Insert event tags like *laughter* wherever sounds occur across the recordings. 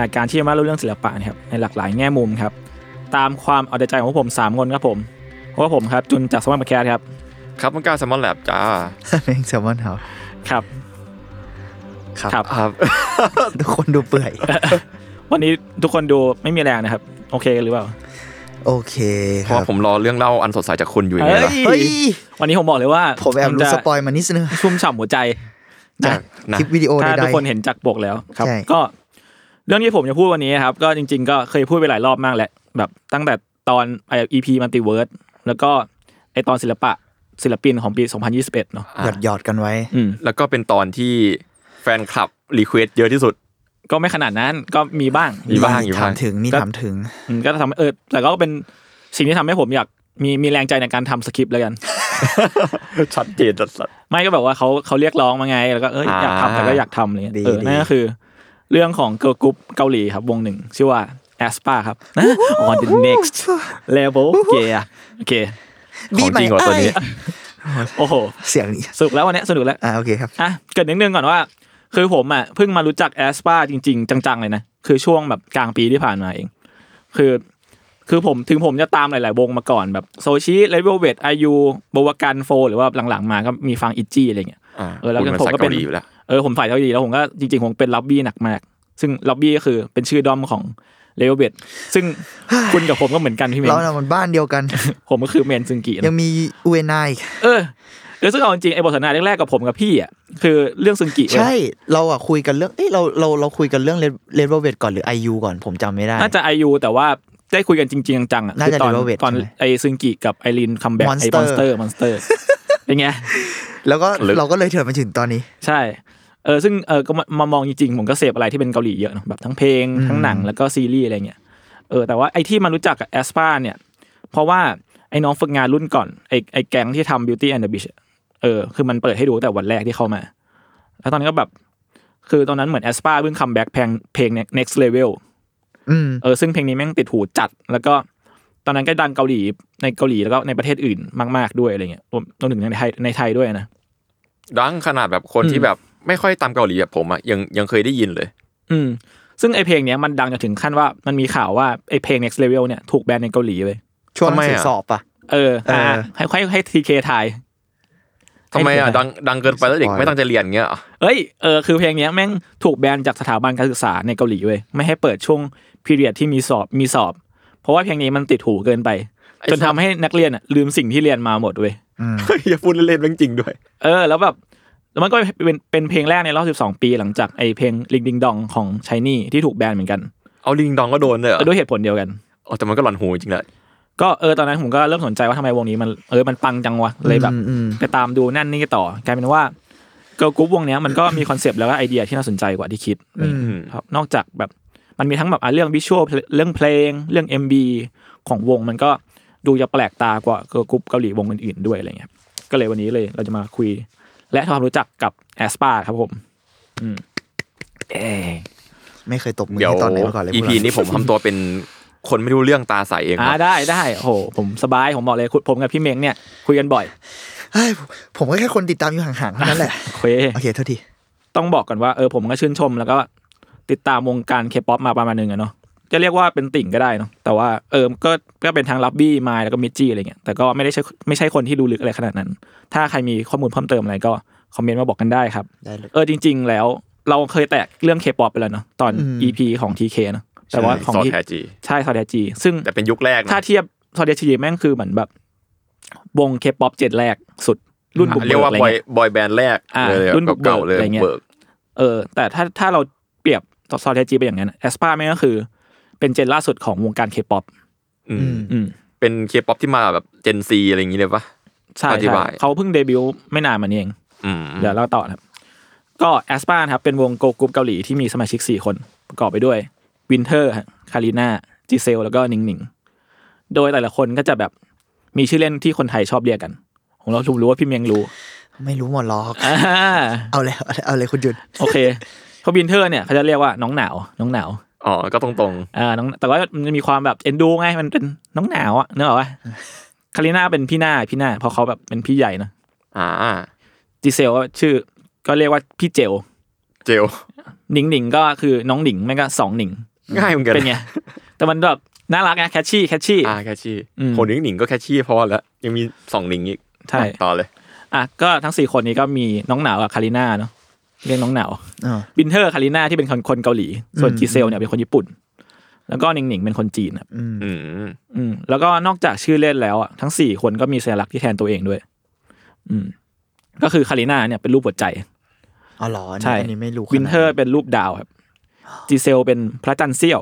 รายการที่จะมาเล่าเรื่องศิลปะนะครับในหลากหลายแง่มุมครับ ตามความเอาใจใจของพวกผมสามคนครับผมเพราะว่าผมครับ จุนจากสมอนมาแคร์ครับ ครับมันก้าแซมมอนแลบจ้า แม่งแซลมอนเฮา ครับ ครับ ครับ ครับ ทุกคนดูเปื่อย วันนี้ทุกคนดูไม่มีแรงนะครับ โอเคหรือเปล่า โอเค เพ ค ราะ รั ว่า บ ผมรอเรื่องเล่าอันสดใสจากคุณอยู่อย่างเงี้ยเหรอ เฮ้ เฮ้ย วันนี้ผมบอกเลยว่า ผมแอบรู้ จะ สปอยมานิดนึง ชุ่มฉ่ำหัวใจ จากนะ คลิปวิดีโอ ถ้า ใด ทุกคนเห็นจากปกแล้วครับ ใช่ ก็เรื่องที่ผมจะพูดวันนี้ครับ ก็จริง ๆ ก็เคยพูดไปหลายรอบมากแหละแบบตั้งแต่ตอนไอ EP มัลติเวิร์สแล้วก็ไอตอนศิลปะศิลปินของปี 2021 เนาะ หยอดหยอดๆกันไว้ อืม แล้วก็เป็นตอนที่แฟนคลับรีเควสเยอะที่สุด ก็ไม่ขนาดนั้นก็มีบ้าง มีบ้างอยู่ ถา บ้าม ง ถึงนี่ ก็ ถามถึง อืมก็ทำให้เออแต่ก็เป็นสิ่งที่ทำให้ผมอยากมีมีแรงใจในการทำสคริปต์แล้วกัน ชัดเจนสัด ไม่ก็แบบว่าเขาเขาเรียกร้องมาไง แล้วก็เอย อ่า อยากทำแต่ก็อยากทำอะไรเลย ดี เออ ดี นั่นก็คือ เรื่องของเกิร์ลกรุ๊ปเกาหลีครับวงหนึ่ง ชื่อว่าแอสปาครับ *laughs* on the next level เกียโอเค ๆของจริงกว่าตัวนี้ โอ้โห เสียงนี้ สนุกแล้ววันเนี้ยสนุกแล้ว อ่าโอเคครับ อ่ะเกริดนิดนึงก่อนว่า คือผมอ่ะเพิ่งมารู้จักแอสปาจริง ๆ จัง ๆ เลยนะ คือช่วงแบบกลางปีที่ผ่านมาเอง คือ คือผมถึงผมจะตามหลาย ๆ วงมาก่อนแบบโซชิเลเวลเวทไอยูบวกันโฟหรือว่าหลัง ๆ มาก็มีฟังอิจี้อะไรเงี้ย อ่า เออแล้ว คุณ ผม สาย ก็เป็น เกาหลีอยู่แล้ว เออผมฝ่ายเกาหลีแล้วผมก็จริงๆผมเป็นล็อบบี้หนักมาก ซึ่งล็อบบี้ก็คือเป็นชื่อด้อมของเลเวลเวทซึ่ง *sighs* คุณกับผมก็เหมือนกันพี่เม เรา น น่ะมันบ้านเดียว *laughs* กัน ผมก็คือเมนซึงกินะ ยังมีอุเอนาย เออเออซึ่งเอาจริงๆไอ้บทสนทนาแรกๆกับผมกับพี่อ่ะคือเรื่องซึงกิ ใช่เราอ่ะคุยกันเรื่องเอ้ยเราเราเราคุยกันเรื่องเลดเวเวตก่อนหรือไอยูก่อนผมจำไม่ได้ น่าจะไอยูแต่ว่าได้คุยกันจริงๆจังๆอ่ะ น่า คือ จะ ตอน Devil Wait ตอน ใช่ไหม ไอซึงกิกับไอรินคัมแบ็กไอ Monster มอนสเตอร์มอนสเตอร์เป็นไง แล้วก็ ลึก เราก็เลยเถิดมาถึงตอนนี้ ใช่เออซึ่งเออก็มามามองจริงๆ ผมก็เสพอะไรที่เป็นเกาหลีเยอะเนอะแบบทั้งเพลง ทั้งหนังแล้วก็ซีรีส์อะไรเงี้ยเออแต่ว่าไอที่มารู้จักกับแอสปาเนี่ย เพราะว่าไอ้น้องฝึกงานรุ่นก่อน ไอ้ไอ้แก๊งที่ทำ Beauty and the Beast อะเออ คือมันเปิดให้ดูตั้งแต่วันแรกที่เข้ามา แล้วตอนนั้นก็แบบ คือตอนนั้นเหมือนแอสปาเพิ่งคัมแบ็กเพลงเพลง next level อืม เออซึ่งเพลงนี้แม่งติดหูจัด แล้วก็ตอนนั้นก็ดังเกาหลีในเกาหลีแล้วก็ในประเทศอื่นมาก ๆ ด้วยอะไรเงี้ยรวมรวมถึงในไทยในไทยด้วยนะ ดังขนาดแบบคนที่แบบไม่ค่อยตามเกาหลีแบบผมอ่ะยังยังเคยได้ยินเลย อืม ซึ่งไอเพลงเนี้ยมันดังจนถึงขั้นว่ามันมีข่าวว่าไอเพลง next level เนี่ยถูกแบนในเกาหลีเลย ช่วง ทำไม หนังสือ อะ สอบอ่ะ เอออ่ะ เออ ให้ให้ให้ทีเคทาย ทำไมอ่ะ ไม่เคย ดังดังเกินไปแล้วเด็กไม่ตั้งใจเรียนเงี้ยเหรอ เอ้ย เออ คือเพลงเนี้ยแม่งถูกแบนจากสถาบันการศึกษาในเกาหลีเว้ย ไม่ให้เปิดช่วงพีเรียดที่มีสอบ มีสอบ เพราะว่าเพลงนี้มันติดหูเกินไป จนทำให้นักเรียนอะลืมสิ่งที่เรียนมาหมดเว้ย เฮ้ยอย่าพูดเล่นๆเรื่องจริงด้วย เออ แล้วแบบแล้วมันก็เป็นเป็นเพลงแรกในรอบ 12 ปีหลังจากไอเพลงลิงดิงดองของชายนี่ที่ถูกแบนเหมือนกัน เอาลิงดองก็โดนเลยเหรอ ก็ด้วยเหตุผลเดียวกัน โอ้แต่มันก็หลอนหูจริงแหละ ก็เออตอนนั้นผมก็เริ่มสนใจว่าทำไมวงนี้มันเออมันปังจังวะเลยแบบ อืมอืม ไปตามดูนั่นนี่ต่อกลายเป็นว่าเกิร์ลกรุ๊ปวงเนี้ยมันก็มีคอนเซปต์แล้วก็ไอเดียที่น่าสนใจกว่าที่คิด ครับนอกจากแบบมันมีทั้งแบบอ่ะเรื่องวิชวลเรื่องเพลง เรื่อง MB ของวงมันก็ดูจะแปลกตากว่าเกิร์ลกรุ๊ปเกาหลีวงอื่นๆด้วยอะไรเงี้ยก็เลยวันนี้เลยเราจะมาคุย และทำความรู้จักกับแอสปาครับผม ไม่เคยตบมือ เดี๋ยว ให้ตอนไหนมาก่อนเลย อี พวก พี เรา นี้ผมทำตัวเป็นคนไม่รู้เรื่องตาใสเอง อ่า ว่ะ ได้ได้โอ้โหผมสบายผมบอกเลยคุณผมกับพี่เม้งเนี่ยคุยกันบ่อย เฮ้ยผมผมก็แค่คนติดตามอยู่ห่างๆเท่านั้นแหละ เค โอเคโทษที ต้องบอกก่อนว่าเออผมก็ชื่นชมแล้วก็ติดตามวงการเคป๊อปมาประมาณหนึงอะเนาะจะเรียกว่าเป็นติ่งก็ได้เนาะแต่ว่าเออก็ก็เป็นทั้งลับบี้มายแล้วก็มิจจี้อะไรเงี้ยแต่ก็ไม่ได้ใช่ไม่ใช่คนที่ดูลึกอะไรขนาดนั้น ถ้าใครมีข้อมูลเพิ่มเติมอะไรก็คอมเมนต์มาบอกกันได้ครับ ได้เลย เออจริง ๆ แล้วเราเคยแตะเรื่องเคป๊อปไปแล้วเนาะตอน อืม EP ของ TK เนาะแต่ว่าของ ซอ ที่ แทจี ใช่ซอแทจีซึ่ง แต่เป็นยุคแรกนะ ถ้าเทียบซอเดียชีแม่งคือเหมือนแบบ วงเคป๊อปเจ็ดแรกสุดรุ่นบุก เรียก เบิก ว่า อะไร บอย เงี้ย บอยแบนด์แรก อ่า เลย รุ่นบุกเบิก เก่าๆเลย อะไรเงี้ย เบิก เออ แต่ถ้าถ้าเราเปรียบซอเดียจีเป็นอย่างนั้นแอสปาแม่งก็คือ เป็นเจนล่าสุดของวงการเคป๊อป อื อื ม ม อืม เป็นเคป๊อปที่มาแบบเจนซีอะไรอย่างงี้เลยปะ ใช่ อธิ ใช่ บาย เขาเพิ่งเดบิวต์ไม่นานมานี้เอง อืม เดี๋ยวเล่าต่อนะครับ ก็แอสปาครับ เป็นวงโกกรุ๊ปเกาหลีที่มีสมาชิก 4 คน ประกอบไปด้วยวินเทอร์คารีนาจิเซล แล้วก็นิงนิงโดยแต่ละคนก็จะแบบมีชื่อเล่นที่คนไทยชอบเรียกกัน ของเราถูกรู้ว่าพี่เมียงรู้ ไม่รู้หมอล็อก อ่า เอาเลยเอาเลยเอาเลยคุณจุน โอเคเขาะบินเทอร์เนี่ยเขาจะเรียกว่าน้องหนาว น้องหนาว อ๋อ ก็ตรง อ่าน้องแต่ว่ามันจะมีความแบบเอ็นดูไงมันเป็นน้องหนาวอ่ะนึกออกปะคาริน่าเป็นพี่หน้าพี่หน้าเพราะเขาแบบเป็นพี่ใหญ่เนอะ ๆ อ่า จิเซลก็ชื่อก็เรียกว่าพี่เจล เจล หนิงหนิงก็คือน้องหนิงไม่ก็สองหนิง ง่ายเหมือนกัน เป็นไงแต่มันแบบน่ารักไงแคชชี่แคชชี่ อ่าแคชชี่ อืม คนหนิงหนิงก็แคชชี่พอแล้ว ยังมีสองหนิงอีก ใช่ ต่อเลย อ่ะก็ทั้งสี่คนนี้ก็มีน้องหนาวกับคาริน่าเนาะเรียกน้องหนาว อ่า วินเทอร์คาริน่าที่เป็นคนคนเกาหลี ส่วน อืม จีเซลเนี่ยเป็นคนญี่ปุ่น แล้วก็หนิงหนิงเป็นคนจีนครับ อืม อืม อืมแล้วก็นอกจากชื่อเล่นแล้วอ่ะทั้งสี่คนก็มีสัญลักษณ์ที่แทนตัวเองด้วย อืม ก็คือคาริน่าเนี่ยเป็นรูปหัวใจ อ๋อเหรออันนี้ ใช่ อันนี้ไม่รู้ วินเทอร์เป็นรูปดาวครับจีเซลเป็นพระจันทร์เสี้ยว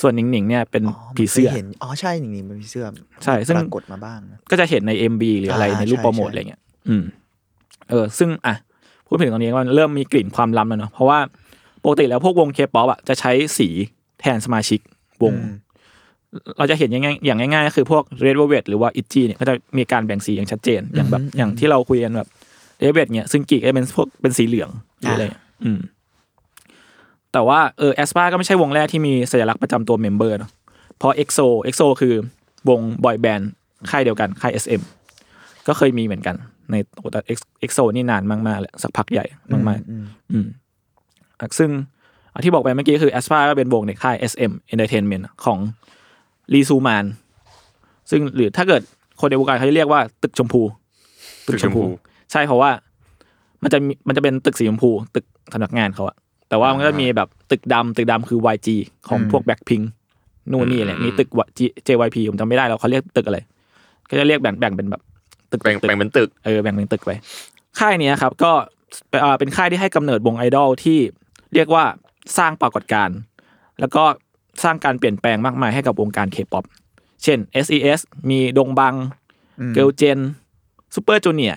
ส่วนหนิงหนิงเนี่ยเป็น อ๋อ ผีเสื้อ มันคยเห็นอ๋อใช่หนิงๆมันผีเสื้อ ใช่ซึ่ง ปรากฏมาบ้างนะ ก็จะเห็นใน MB หรืออะไร อ่า ในรูป ใช่ โปรโมท ใช่ อะไรเงี้ย อืม เออ ซึ่งอ่ะพูดถึงตรงนี้ก็เริ่มมีกลิ่นความล้ำแล้วเนาะ เพราะว่าปกติแล้วพวกวงเคป๊อปอ่ะจะใช้สีแทนสมาชิกวง เราจะเห็นอย่างง่ายอย่างง่ายๆก็คือพวก Red Velvet หรือว่า Itchy เนี่ยก็จะมีการแบ่งสีอย่างชัดเจน อย่างแบบอย่างที่เราคุยกันแบบ Red Velvet เนี่ยซึ่งกีก็จะเป็นพวกเป็นสีเหลืองหรืออะไรเงี้ยอืม แต่ว่าเออแอสปาก็ไม่ใช่วงแรกที่มีสัญลักษณ์ประจำตัวเมมเบอร์เนาะเพราะ EXO EXO คือวงบอยแบนด์ค่ายเดียวกัน ค่าย SM ก็เคยมีเหมือนกัน ในโอ้แต่ EXO นี่นานมากๆแหละสักพักใหญ่มากๆ อืมอ่ะซึ่งอ่ะที่บอกไปเมื่อกี้คือ a s p a ก็เป็นวงในค่าย SM Entertainment ของลีซูมานซึ่งหรือถ้าเกิดคนในวงการเขาจะเรียกว่าตึกชมพู ตึกชมพู ใช่เพราะว่ามันจะมีมันจะเป็นตึกสีชมพู ตึกสำนักงานเขาอะแต่ว่ามันก็มีแบบตึกดำตึกดำคือ YG ของพวกแบ็คพิงนู่นนี่แหละมีตึก YG- JYP ผมจำไม่ได้แล้วเขาเรียกตึกอะไร ก็จะเรียกแบ่งแบ่งเป็นแบบ ตึก แบ่ง ตึก แบ่งเป็นตึก เออแบ่งเป็นตึกไป ค่ายเนี้ยครับ ก็เอ่อเป็นค่ายที่ให้กำเนิดวงไอดอลที่เรียกว่าสร้างปรากฏการณ์แล้วก็สร้างการเปลี่ยนแปลงมากมายให้กับวงการเคป๊อปเช่น SES มีดงบัง เกิลเจนซูเปอร์จูเนีย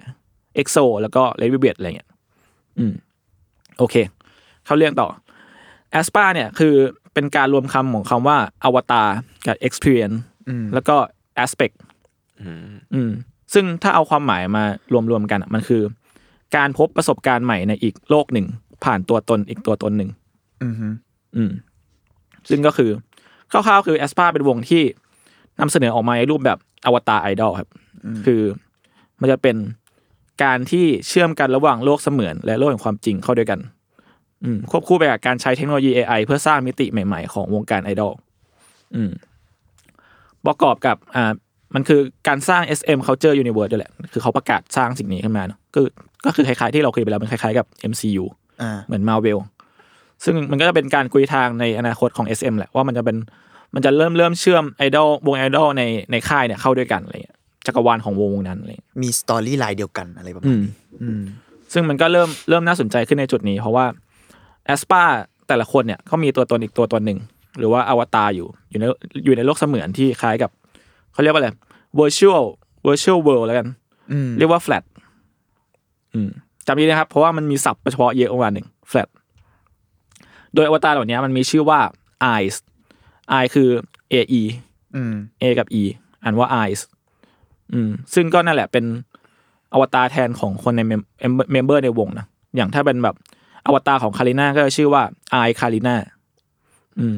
เอ็กโซแล้วก็เลดวิเบียอะไรเงี้ยอืมโอเค เข้าเรื่องต่อแอสปาเนี่ยคือเป็นการรวมคำของคำว่าอวตารกับ Experience แล้วก็ Aspect อืมซึ่งถ้าเอาความหมายมารวมๆกันอะมันคือ การพบประสบการณ์ใหม่ในอีกโลกหนึ่ง ผ่านตัวตนอีกตัวตนหนึ่ง อืมอืม อืมซึ่งก็คือคร่าวๆคือแอสปาเป็นวงที่นำเสนอออกมาในรูปแบบอวตารไอดอลครับ คือมันจะเป็นการที่เชื่อมกันระหว่างโลกเสมือน และโลกแห่งความจริงเข้าด้วยกัน อืมควบคู่ไปกับการใช้เทคโนโลยี AI เพื่อสร้างมิติใหม่ๆ ของวงการไอดอลอืมประกอบกับอ่ามันคือการสร้าง SM Culture Universe ด้วยแหละ คือเขาประกาศสร้างสิ่งนี้ขึ้นมาเนอะก็ก็คือคล้ายๆที่เราคุยไปแล้วมันคล้ายๆกับ MCU อ่า เหมือนมาเวล ซึ่งมันก็จะเป็นการคุยทางในอนาคตของ SM แหละว่ามันจะเป็นมันจะเริ่มเริ่มเชื่อมไอดอลวงไอดอลในในค่ายเนี่ยเข้าด้วยกันอะไรเงี้ยจักรวาลของวงวงนั้นอะไรเงี้ย มีสตอรี่ไลน์เดียวกันอะไรประมาณนี้อืม ซึ่งมันก็เริ่มเริ่มน่าสนใจขึ้นในจุดนี้ เพราะว่าแอสปาแต่ละคนเนี่ยเขามีตัวตนอีกตัวตนหนึ่ง หรือว่าอวตารอยู่อยู่ในอยู่ในโลกเสมือนที่คล้ายกับเขาเรียกว่าอะไร virtual virtual world แล้วกัน อืม เรียกว่า flat อืมจำดีนะครับ เพราะว่ามันมีศัพท์เฉพาะเยอะประมาณหนึ่ง flat โดยอวตารเหล่านี้มันมีชื่อว่า eyes eye คือ ae อืม a กับ e อ่านว่า eyes อืม ซึ่งก็นั่นแหละเป็นอวตารแทนของคนในเมมเบอร์ในวงนะ อย่างถ้าเป็นแบบอวตารของคาริน่าก็จะชื่อว่า i คาริน่าอืม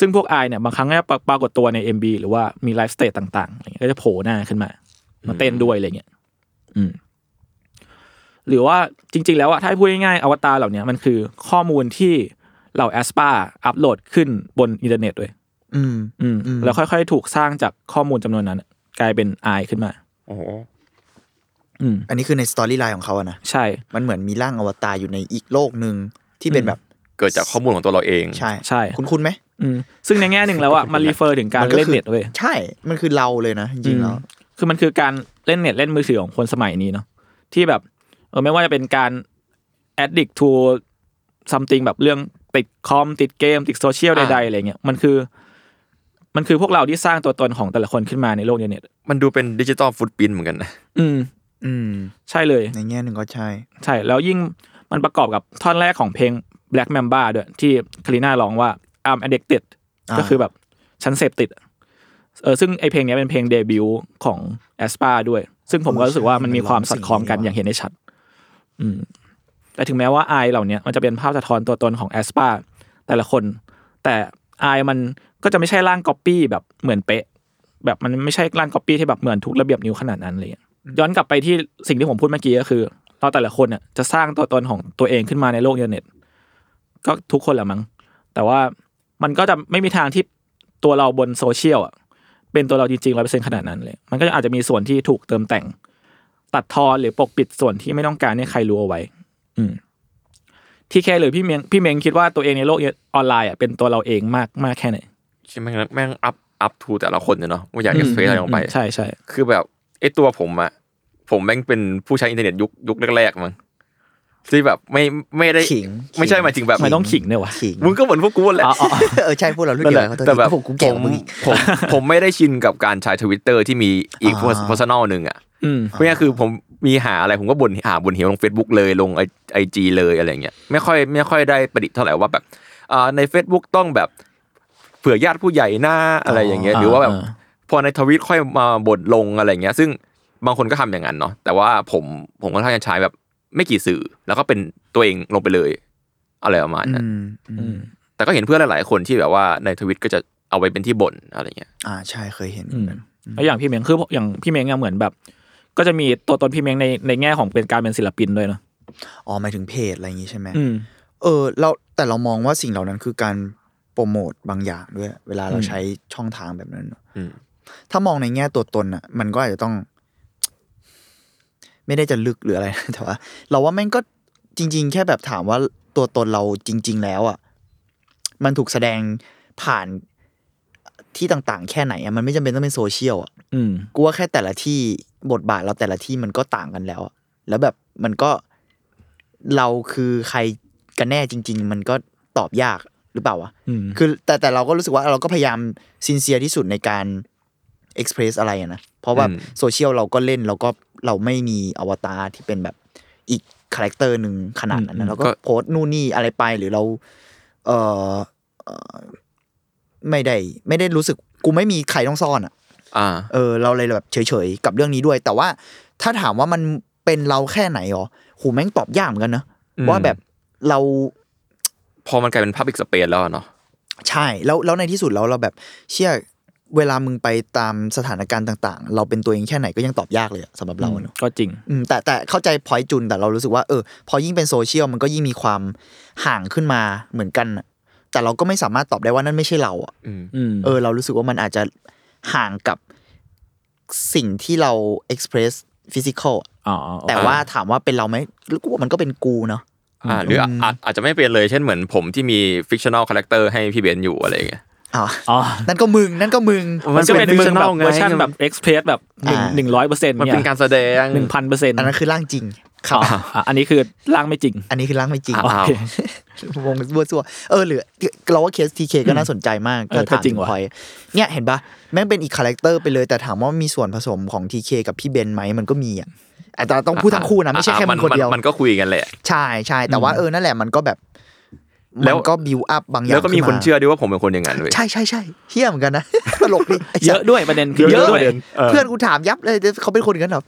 ซึ่งพวก i เนี่ยบางครั้งก็จะปรากฏตัวใน MB หรือว่ามีไลฟ์สเตจต่างๆอะไรเงี้ยก็จะโผล่หน้าขึ้นมา มาเต้นด้วยอะไรเงี้ย อืม หรือว่าจริง ๆ แล้วอะถ้าให้พูดง่ายๆอวตารเหล่าเนี้ยมันคือข้อมูลที่เหล่าแอสปาอัพโหลดขึ้นบนอินเทอร์เน็ตด้วย อืม อืม อืม แล้วค่อยๆ ถูกสร้างจากข้อมูลจำนวนนั้นอะกลายเป็นไอขึ้นมา โอ้โห อืม อันนี้คือในสตอรี่ไลน์ของเขาอะนะ ใช่ มันเหมือนมีร่างอวตารอยู่ในอีกโลกหนึ่งที่เป็นแบบ เกิดจากข้อมูลของตัวเราเอง ใช่ ใช่ คุณคุณไหม อืมซึ่งในแง่หนึ่งแล้ว *laughs* อะมันรีเฟอร์ถึงการ มัก็ เล่น คือ เน็ตเว้ย ใช่ มันคือเราเลยนะจริงๆแล้ว คือมันคือการเล่นเน็ตเล่นมือถือของคนสมัยนี้เนาะที่แบบเออไม่ว่าจะเป็นการ addict to something แบบเรื่องติดคอมติดเกม ติดโซเชียล อ่า ใดๆอะไรเงี้ยมันคือ มันคือพวกเราที่สร้างตัวตนของแต่ละคนขึ้นมาในโลกเน็ต มันดูเป็นดิจิตอลฟุตปินเหมือนกันนะ อืม อืม ใช่เลย ในแง่หนึ่งก็ใช่ ใช่ แล้วยิ่งมันประกอบกับท่อนแรกของเพลง Black Mamba ด้วยที่คาริน่าร้องว่า I'm addicted อ่า ก็คือแบบฉันเสพติดอะเออซึ่งไอเพลงเนี้ยเป็นเพลงเดบิวต์ของ a s p a ด้วย ซึ่งผมก็รู้สึกว่ามันมีความสอดคล้องกันอย่างเห็นได้ชัด อืมแต่ถึงแม้ว่าไอเหล่าเนี้ยมันจะเป็นภาพสะท้อนตัวตนของ a s p a แต่ละคน แต่ไอมันก็จะไม่ใช่ร่างก๊อปปี้แบบเหมือนเป๊ะ แบบมันไม่ใช่ร่างก๊อปปี้ที่แบบเหมือนทุกระเบียบนิ้วขนาดนั้นเลย ย้อนกลับไปที่สิ่งที่ผมพูดเมื่อกี้ก็คือ เราแต่ละคนเนี่ยจะสร้างตัวตนของตัวเองขึ้นมาในโลกอินเทอร์เน็ต ก็ทุกคนแหละมั้งแต่ว่ามันก็จะไม่มีทางที่ตัวเราบนโซเชียลอะเป็นตัวเราจริงๆร้อยเปอร์เซ็นขนาดนั้นเลย มันก็อาจจะมีส่วนที่ถูกเติมแต่ง ตัดทอนหรือปกปิดส่วนที่ไม่ต้องการให้ใครรู้เอาไว้ อืม ที่แค่หรือพี่เมงพี่เมงคิดว่าตัวเองในโลกออนไลน์อะเป็นตัวเราเองมากมากแค่ไหน ใช่ไหมงั้นแม่งอัพอัพทูแต่ละคนเนี่ยเนาะว่าอยากจะเฟซอะไรลงไป มใช่ใช่ คือแบบไอ้ตัวผมอะผมแม่งเป็นผู้ใช้อินเทอร์เน็ตยุคยุคแรกๆมั้งที่แบบไม่ไม่ได้ ขิง ไม่ใช่หมายถึงแบบ ไม่ต้องขิงเนี่ยวะ ขิง มึงก็เหมือนพวกกูแหละ อ๋ออ๋อ *laughs* เออใช่พวกเรารุ่น นั่น เดีแหยว ละ กันเขาตอน แต่ นี้ แบบ ผมกู ผ แก่ก ม ว่ามึงอีก ผมผมไม่ได้ชินกับการใช้ทวิตเตอร์ที่มีอีก อ่า พ s o น a ลหนึ่งอ่ะ อืม เพราะงั้นคือผมมีหาอะไรผมก็บ่นหาบ่นเหวลง Facebook เลยลงไอจีเลยอะไรเงี้ยไม่ค่อยไม่ค่อยได้ประดิษฐ์เท่าไหร่ว่าแบบอ่าใน Facebook ต้องแบบเผื่อญาติผู้ใหญ่หน้าอะไรอย่างเงี้ยหรือว่าแบบ พอในทวิตค่อยมาบทลงอะไรเงี้ย ซึ่งบางคนก็ทำอย่างนั้นเนาะแต่ว่าผมผมก็ท่อนข้างจะใช้แบบไม่กี่สื่อ แล้วก็เป็นตัวเองลงไปเลยอะไรประมาณนั้น อืมอืม อืม แต่ก็เห็นเพื่อนหลาย ๆ คนที่แบบว่าในทวิตก็จะเอาไว้เป็นที่บ่นอะไรเงี้ย อ่าใช่เคยเห็นเห อื มือ ม นกัน แล้วอย่างพี่เม้งคืออย่างพี่เม้งเนี่ยเหมือนแบบ ก็จะมีตัวตนพี่เม้งในในแง่ของเป็นการเป็นศิลปินด้วยเนาะ อ๋อหมายถึงเพจอะไรอย่างงี้ใช่ไหม อืม เออเราแต่เรามองว่าสิ่งเหล่านั้นคือการโปรโมทบางอย่างด้วย เวลาเรา อืม ใช้ช่องทางแบบนั้นเนอะ อืม ถ้ามองในแง่ตัวตนอ่ะ มันก็อาจจะต้อง ไม่ได้จะลึกหรืออะไรนะ *laughs* แต่ว่าเราว่าแม่งก็จริง ๆ แค่แบบถามว่าตัวตนเราจริง ๆ แล้วอ่ะมันถูกแสดงผ่านที่ต่างๆ แค่ไหนอะมันไม่จำเป็นต้องเป็นโซเชียลอ่ะ อืม กูว่าแค่แต่ละที่บทบาทเราแต่ละที่มันก็ต่างกันแล้วอะแล้วแบบมันก็เราคือใครกันแน่จริง ๆ มันก็ตอบยากหรือเปล่าวะ อืม คือแต่แต่เราก็รู้สึกว่าเราก็พยายามซินเซียที่สุดในการเอ็กเพรสอะไรอะนะ เพราะว่า อืม โซเชียลเราก็เล่นเราก็เราไม่มีอวตารที่เป็นแบบอีกคาแรคเตอร์หนึ่งขนาดนั้นนะเราก็โพสต์นู่นนี่อะไรไปหรือเรา เออเอ่อไม่ได้ไม่ได้รู้สึกกูไม่มีใครต้องซ่อนอะ อ่า เออเราเลยแบบเฉยๆกับเรื่องนี้ด้วย แต่ว่าถ้าถามว่ามันเป็นเราแค่ไหนหรอหูแม่งตอบยากเหมือนกันเนอะ อืม ว่าแบบเรา พอมันกลายเป็นพับ l ิ c สเปซแล้วอะเนาะ ใช่แล้วแล้วในที่สุดแล้วเราแบบเชื่อเวลามึงไปตามสถานการณ์ต่าง ๆ เราเป็นตัวเองแค่ไหนก็ยังตอบยากเลยอะสำหรับเราเนอะ ก็จริง อืมแต่แต่เข้าใจพอยจุนแต่เรารู้สึกว่าเออพอยิ่งเป็นโซเชียลมันก็ยิ่งมีความห่างขึ้นมาเหมือนกันอะแต่เราก็ไม่สามารถตอบได้ว่านั่นไม่ใช่เราอะ อืม อืม เออเรารู้สึกว่ามันอาจจะห่างกับสิ่งที่เราเอ็กซ์เพรสฟิสิกอล อ๋อ แต่ว่าถามว่าเป็นเราไหมกูว่ามันก็เป็นกูเนาะ อ่า หรืออ่ะอาจอาจจะไม่เป็นเลยเช่นเหมือนผมที่มี fictional character ให้พี่เบนซ์อยู่อะไรเงี้ย อ๋อ อ๋อ นั่นก็มึง นั่นก็มึง มั มัน น ก็เป็น เป็น เวอร์ชันแบบ functional ไง เวอร์ชันแบบเอ็กซ์เพรสแบบหนึ่ง อ่า หนึ่งร้อยเปอร์เซ็นต์ มันเป็นการแสดง หนึ่งพันเปอร์เซ็นต์ อันนั้นคือร่างจริง ครับอ่ะอันนี้คือร่างไม่จริง อันนี้คือร่างไม่จริง อ่ะ โอเค วงบัวซัวเออหรือเราว่าเคสทีเคก็น่าสนใจมาก เออ ถ้าถาม ก็จริง ถึ ว่ะ พอยเนี่ยเห็นปะแม่งเป็นอีกคาแรคเตอร์ไปเลย แต่ถามว่ามีส่วนผสมของทีเคกับพี่เบนไหมมันก็มีอ่ะอ่ะแต่ต้องพูดทั้งคู่นะไม่ใช่แค่มันคนเดียว มันก็คุยกันแหละ ใช่ใช่แต่ว่าเออนั่นแหละมันก็แบบ แล้ มัน ว ก็บิวอัพบางอย่าง แล้วก็มี ขึ้า คนเชื่อด้วยว่าผมเป็นคนอย่างนั้นเว้ย ใช่ใช่ใช่เฮี้ยเหมือนกันนะ *laughs* ตลกดิไสั เย ต อะ ว์ ด้วยประเด็นคือ เย เย อะ อะด้วย ประเด็น ออ เพื่อนกูถามยับเลยเขาเป็นคนกันเหรอ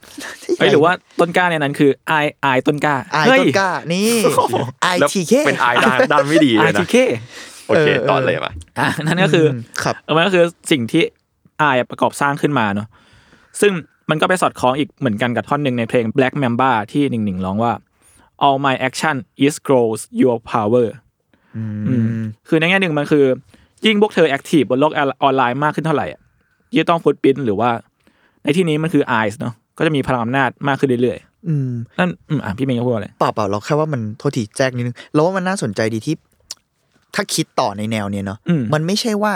เอ้ยหรือว่าต้นกล้าในนั้นคือไอไอต้นกล้า ไอ้ เฮ้ย ต้นกล้านี่ไอ แล้ว ทีเค เป็นอายด้านด้านไม่ดี ไอ เลย ที นะ เค โอเคตอนเลยมา อ่ะนั่นก็คืออ ครับ เออมันก็คือสิ่งที่อายประกอบสร้างขึ้นมาเนาะซึ่ง มันก็ไปสอดคล้องอีกเหมือนกันกับท่อนหนึ่งในเพลง Black Mamba ที่หนึ่งหนึ่งร้องว่า all my action is grows your power อืม คือในแง่หนึ่งมันคือ ยิ่งพวกเธอแอคทีฟบนโลกออนไลน์มากขึ้นเท่าไหร่อะยิ่งต้องฟุตปิ้นหรือว่า ในที่นี้มันคือ eyes เนาะก็จะมีพลังอำนาจมากขึ้นเรื่อย อืม ๆนั่นอืมอ่ะพี่เมย์ก็พูดอะไร เปล่าเปล่าเราแค่ว่ามันโทษทีแจ้งนิดนึงเราว่ามันน่าสนใจดีที่ ถ้าคิดต่อในแนวเนี้ยเนาะ อืม มันไม่ใช่ว่า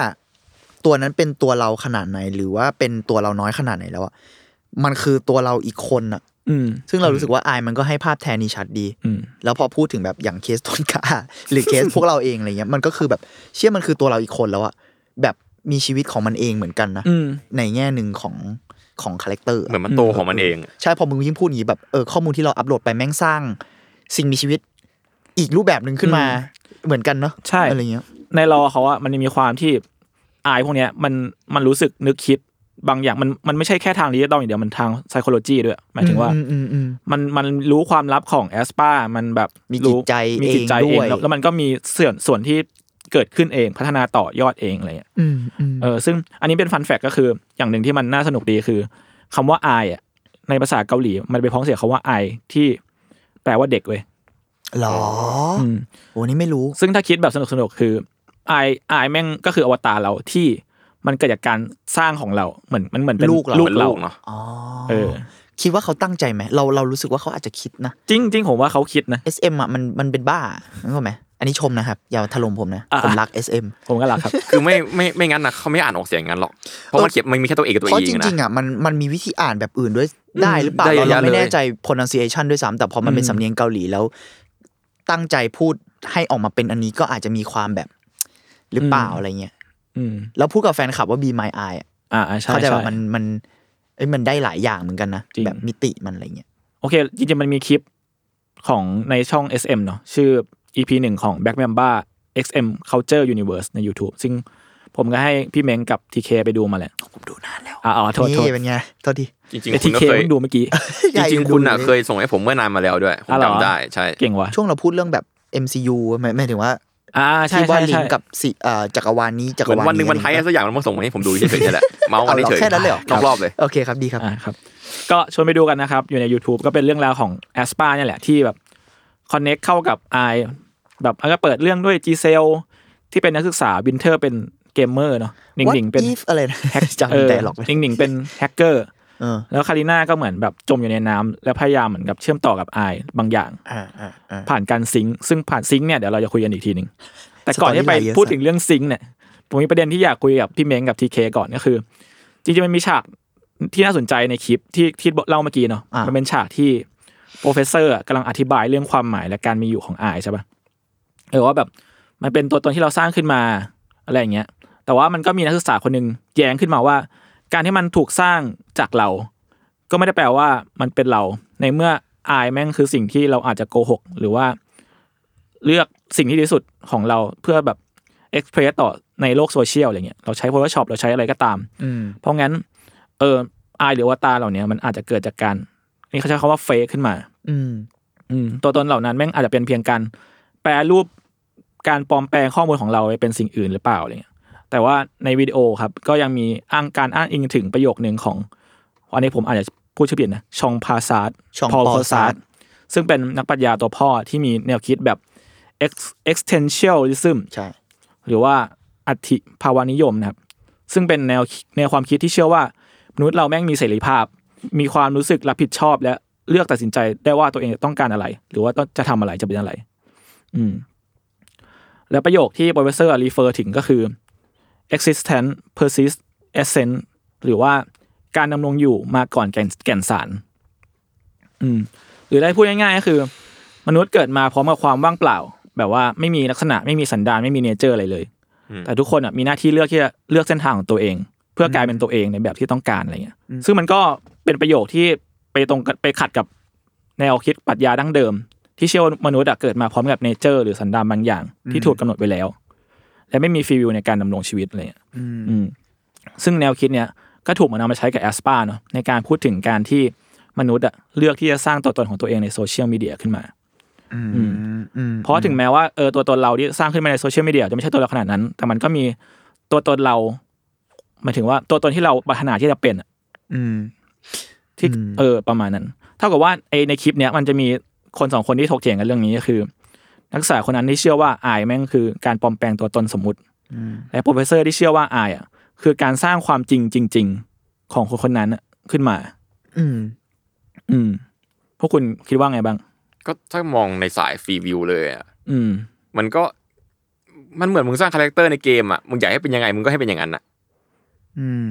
ตัวนั้นเป็นตัวเราขนาดไหน หรือว่าเป็นตัวเราน้อยขนาดไหนแล้วอะมันคือตัวเราอีกคนอะ อืม ซึ่งเรารู้สึกว่าอายมันก็ให้ภาพแทนนี้ชัดดี อืม แล้วพอพูดถึงแบบอย่างเคสต้นกล้า *laughs* หรือเคสพวกเราเองอะไรเงี้ยมันก็คือแบบเชื่อมันคือตัวเราอีกคนแล้วอะแบบมีชีวิตของมันเองเหมือนกันนะ อืม ในแง่หนึ่งของของคาแรคเตอร์ เหมือนมันโตของมันเอง ใช่พอมึงยิ่งพูดอย่างนี้แบบเออข้อมูลที่เราอัปโหลดไปแม่งสร้าง สิ่งมีชีวิตอีกรูปแบบหนึ่งขึ้นมา เหมือนกันเนาะ ใช่ อะไรเงี้ย ในรอเขาอะมันมีความที่อายพวกเนี้ยมันมันรู้สึกนึกคิดบางอย่างมันมันไม่ใช่แค่ทางดิจิตอลอย่างเดียวมันทางไซโคโลจีด้วย หมายถึงว่า อืมอืมอืม มันมันรู้ความลับของแอสปามันแบบ มีจิต รู้ ใจ มีจิตใจ เอง เอง ด้วย แล้วแล้วมันก็มีส่วนส่วนที่เกิดขึ้นเองพัฒนาต่อยอดเองอะไรเงี้ย อืมอืม เออซึ่งอันนี้เป็นฟันแฟกก็คืออย่างหนึ่งที่มันน่าสนุกดีคือคำว่าอายอะในภาษาเกาหลี มันไปพ้องเสียงคำว่าไอที่แปลว่าเด็กเว้ย หรอ อืม โอ้นี่ไม่รู้ ซึ่งถ้าคิดแบบสนุกสนุกๆคือไอไอแม่งก็คืออวตารเราที่มันเกิดจากการสร้างของเราเหมือนมันเหมือนเป็น ลูกเราเนาะ อ๋อ เออ คิดว่าเขาตั้งใจไหมเราเรารู้สึกว่าเขาอาจจะคิดนะ จริงจริงผมว่าเขาคิดนะ SM อ่ะมันมันเป็นบ้าเข้าไหมอันนี้ชมนะครับอย่าถล่มผมนะ อ่ะ ผมรัก SM ผมก็รักครับ คือไม่ไม่ไม่งั้นนะเขาไม่อ่านออกเสียงงั้นหรอก เพราะมันเขียนมันมีแค่ตัวเอกกับตัว เพ อี ราะ ก จ นะ ริงๆอ่ะมันมันมีวิธีอ่านแบบอื่นด้วยได้หรือเปล่า ได้เย เรา อะแยะเราไม่ เลย แน่ใจ pronunciation ด้วยซ้ำแต่พอมันเป็น อืม สำเนียงเกาหลีแล้ว ตั้งใจพูดให้ออกมาเป็นอันนี้ก็อาจจะมีความแบบ หรือเปล่าอะไรเงี้ย อืม แล้วพูดกับแฟนคลับว่า be my eye อะ อ่าอ่าใช่ เข้าใจ ใช่ ว่ามันมันเอ้ยมันได้หลายอย่างเหมือนกันนะ จริง แบบมิติมันอะไรเงี้ย โอเค จริงๆ มันมีคลิปของในช่อง SM เนาะชื่อ EP หนึ่งของ Black Mamba XM Culture Universe ใน YouTube ซึ่งผมก็ให้พี่เม้งกับ TK ไปดูมาแหละ ผมดูนานแล้ว อ่าอ๋อโทษโทษ นี่เป็นไงโทษที จริง ไอ ๆคุ ที ณก็ เค เคย เพิ่งดูเมื่อกี้ จริงๆคุณอ่ะ ใหญ่ดูเลย เคยส่งให้ผมเมื่อนานมาแล้วด้วยผม อ๋อเหรอ จำได้ใช่ เก่งว่ะ ช่วงเราพูดเรื่องแบบ MCU หมายหมายถึงว่า อ่าใช่ ที่ว่า ใช่ ลิง ใช่ ก์กับสิเอ่อจักรวาลนี้จัก เห ร มือน วาล วันหนึ่งมันไทย อะ อะไร ร สักอย่างมันมาส่งมาให้ผมดูเฉยๆนี่แหละ เมาส์กัน เงี้ยเอาเหรอ เฉยๆ แค่นั้นเลยเหรอน อกรอบเลย โอเคครับดีครับ อ่าครับก็ชวนไปดูกันนะครับ อยู่ใน YouTube ก็เป็นเรื่องราวของ a s p a เนี่ยแหละที่แบบคอนเน็กเข้ากับ i แบบอันก็เปิดเรื่องด้วย g c e l ที่เป็นนักศึกษาวินเทอร์เป็นเกมเมอร์เนาะหนิงหนิง What เป็น if อะไรนะ *laughs* จำ *laughs* เออ แต่หรอกไม่ หนิงหนิงเป็นแฮกเกอร์ เออ แล้วคาริน่าก็เหมือนแบบจมอยู่ในน้ำและพยายามเหมือนกับเชื่อมต่อกับ i บางอย่าง อ่าอ่าอ่า ผ่านการซิงค์ซึ่งผ่านซิงค์เนี่ยเดี๋ยวเราจะคุยกันอีกทีหนึ่งแต่ก่อนที่ไป สตอรี่ไลน์เยอะ พูดถึงเรื่องซิงค์เนี่ยผมมีประเด็นที่อยากคุยกับพี่เม้งกับทีเคก่อนก็คือ จริงๆมันมีฉากที่น่าสนใจในคลิปที่ที่เล่าเมื่อกี้เนาะ อ่ามั มันเป็นฉากที่โปรเฟสเซอร์กำลังอธิบายเรื่องความหมายและการมีอยู่ของอายใช่ปะเออว่าแบบมันเป็นตัวตนที่เราสร้างขึ้นมาอะไรอย่างเงี้ย แต่ว่ามันก็มีนักศึกษาคนหนึ่งแย้งขึ้นมาว่า การที่มันถูกสร้างจากเรา ก็ไม่ได้แปลว่ามันเป็นเรา ในเมื่ออายแม่งคือสิ่งที่เราอาจจะโกหก หรือว่า เลือกสิ่งที่ดีที่สุดของเราเพื่อแบบเอ็กเพรสต่อในโลกโซเชียลอะไรเงี้ยเราใช้ Photoshop เราใช้อะไรก็ตาม อืม เพราะงั้น เอออายหรือว่าตาเหล่าเนี้ยมันอาจจะเกิดจากการนี่เขาใช้คำว่าเฟกขึ้นมา อืม อืมตัวตนเหล่านั้นแม่งอาจจะเป็นเพียงการแปรรูปการปลอมแปลงข้อมูลของเราไปเป็นสิ่งอื่นหรือเปล่าอะไรเงี้ยแต่ว่าในวิดีโอครับ ก็ยังมีอ้างการอ้างอิงถึงประโยคหนึ่งของอันนี้ผมอาจจะพูดชื่อผิดนะชองพาซาร์ด Chong พอล Paul พาซาร์ด Sartre ซึ่งเป็นนักปรัชญาตัวพ่อที่มีแนวคิดแบบ ex- existentialism ใช่ หรือว่าอัติภาวานิยมนะครับ ซึ่งเป็นแนวแนวความคิดที่เชื่อว่ามนุษย์เราแม่งมีเสรีภาพ มีความรู้สึกรับผิดชอบและเลือกตัดสินใจได้ว่าตัวเองต้องการอะไร หรือว่าต้องจะทำอะไรจะเป็นอะไร อืม และประโยคที่ professor refer ถึงก็คือ existence persist essence หรือว่าการดำรงอยู่มาก่อนแก่นแก่นสาร อืม หรือได้พูดง่ายๆก็คือ มนุษย์เกิดมาพร้อมกับความว่างเปล่า แบบว่าไม่มีลักษณะไม่มีสันดานไม่มีเนเจอร์อะไรเลย แต่ทุกคนอ่ะมีหน้าที่เลือกที่จะเลือกเส้นทางของตัวเอง เพื่อกลายเป็นตัวเองในแบบที่ต้องการอะไรเงี้ย ซึ่งมันก็เป็นประโยคที่ไปตรงกับไปขัดกับแนวคิดปรัชญาดั้งเดิม ที่เชื่อว่ามนุษย์อะเกิดมาพร้อมกับเนเจอร์หรือสันดานบางอย่าง ที่ถูกกำหนดไว้แล้ว และไม่มีฟรีวิวในการดำรงชีวิตอะไรเงี้ย อืมซึ่งแนวคิดเนี้ยก็ถูกมันนำมาใช้กับแอสปาเนาะในการพูดถึงการที่มนุษย์อะเลือกที่จะสร้างตัวตนของตัวเองในโซเชียลมีเดียขึ้นมา อืมอืม เพราะถึงแม้ว่าเออตัวตนเราที่สร้างขึ้นมาในโซเชียลมีเดียจะไม่ใช่ตัวเราขนาดนั้น แต่มันก็มีตัวตนเราหมายถึงว่าตัวตนที่เราปรารถนาที่จะเป็นอะ อืม ที่ อืม เออประมาณนั้น เท่ากับว่าไอในคลิปเนี้ยมันจะมีคนสองคนที่ถกเถียงกันเรื่องนี้ก็คือ นักศึกษาคนนั้นที่เชื่อว่าอายแม่งคือการปลอมแปลงตัวตนสมมุติ และโปรเฟสเซอร์ที่เชื่อว่าอายอ่ะคือการสร้างความจริงจริง ๆ ของคนคนนั้นอะขึ้นมา อืม อืม พวกคุณคิดว่าไงบ้าง ก็ถ้ามองในสายฟรีวิวเลยอะ อืม มันก็มันเหมือนมึงสร้างคาแรคเตอร์ในเกมอ่ะมึงอยากให้เป็นยังไงมึงก็ให้เป็นอย่างนั้นอ่ะ อืม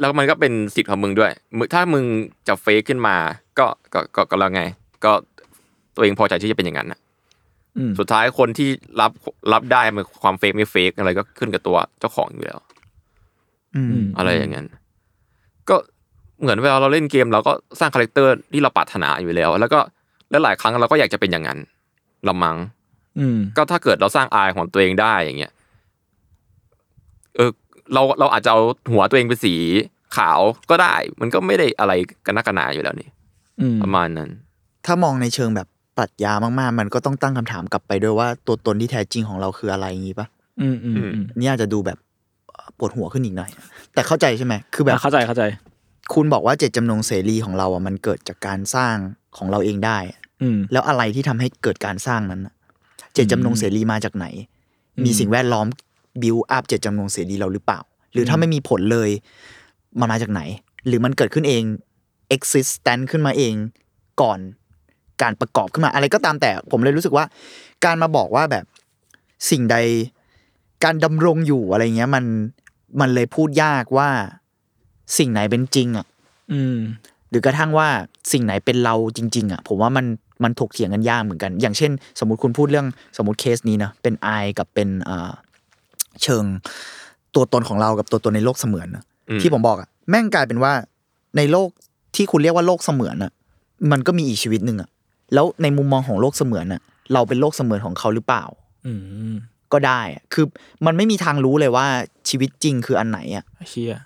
แล้วมันก็เป็นสิทธิ์ของมึงด้วยมึงถ้ามึงจะเฟกขึ้นมา ก็ก็ก็ก็แล้วไง ก็ตัวเองพอใจที่จะเป็นอย่างนั้นนะ อืม สุดท้ายคนที่รับรับได้มันความเฟกไม่เฟกอะไรก็ขึ้นกับตัวเจ้าของอยู่แล้ว อืม อะไรอย่างนั้น ก็เหมือนเวลาเราเล่นเกม เราก็สร้างคาแรคเตอร์ที่เราปรารถนาอยู่แล้ว แล้วก็และหลายครั้งเราก็อยากจะเป็นอย่างนั้นละมัง อืม ก็ถ้าเกิดเราสร้างอายของตัวเองได้อย่างเงี้ย เออ เราเราอาจจะเอาหัวตัวเองเป็นสีขาวก็ได้ มันก็ไม่ได้อะไรกันนักกันหนาอยู่แล้วนี่ อืม ประมาณนั้น ถ้ามองในเชิงแบบปรัชญามากๆ มันก็ต้องตั้งคำถามกลับไปด้วยว่าตัวตนที่แท้จริงของเราคืออะไรอย่างนี้ปะ อืมอืมอืม นี่อาจจะดูแบบปวดหัวขึ้นอีกหน่อย แต่เข้าใจใช่ไหม คือแบบ อ่ะเข้าใจเข้าใจ คุณบอกว่าเจตจำนงเสรีของเราอ่ะมันเกิดจากการสร้างของเราเองได้ อืม แล้วอะไรที่ทำให้เกิดการสร้างนั้นน่ะเจตจำนงเสรีมาจากไหน อืม มีสิ่งแวดล้อมบิวอัพเจตจำนงเสรีเราหรือเปล่า หรือถ้าไม่มีผลเลยมันมาจากไหน หรือมันเกิดขึ้นเอง existent ขึ้นมาเองก่อนการประกอบขึ้นมา อะไรก็ตามแต่ผมเลยรู้สึกว่า การมาบอกว่าแบบสิ่งใดการดำรงอยู่อะไรเงี้ยมันมันเลยพูดยากว่าสิ่งไหนเป็นจริงอ่ะ อืม หรือกระทั่งว่าสิ่งไหนเป็นเราจริง ๆ อ่ะ ผมว่ามันมันถกเถียงกันยากเหมือนกัน อย่างเช่น สมมติคุณพูดเรื่องสมมติเคสนี้นะเป็นไอกับเป็นเอ่อเชิงตัวตนของเรากับตัวตนในโลกเสมือนนะ อืม ที่ผมบอกอ่ะแม่งกลายเป็นว่าในโลกที่คุณเรียกว่าโลกเสมือนอ่ะ มันก็มีอีกชีวิตหนึ่งอ่ะ แล้วในมุมมองของโลกเสมือนอ่ะ เราเป็นโลกเสมือนของเขาหรือเปล่า อืม ก็ได้อะคือมันไม่มีทางรู้เลยว่าชีวิตจริงคืออันไหนอ่ะ เชี่ย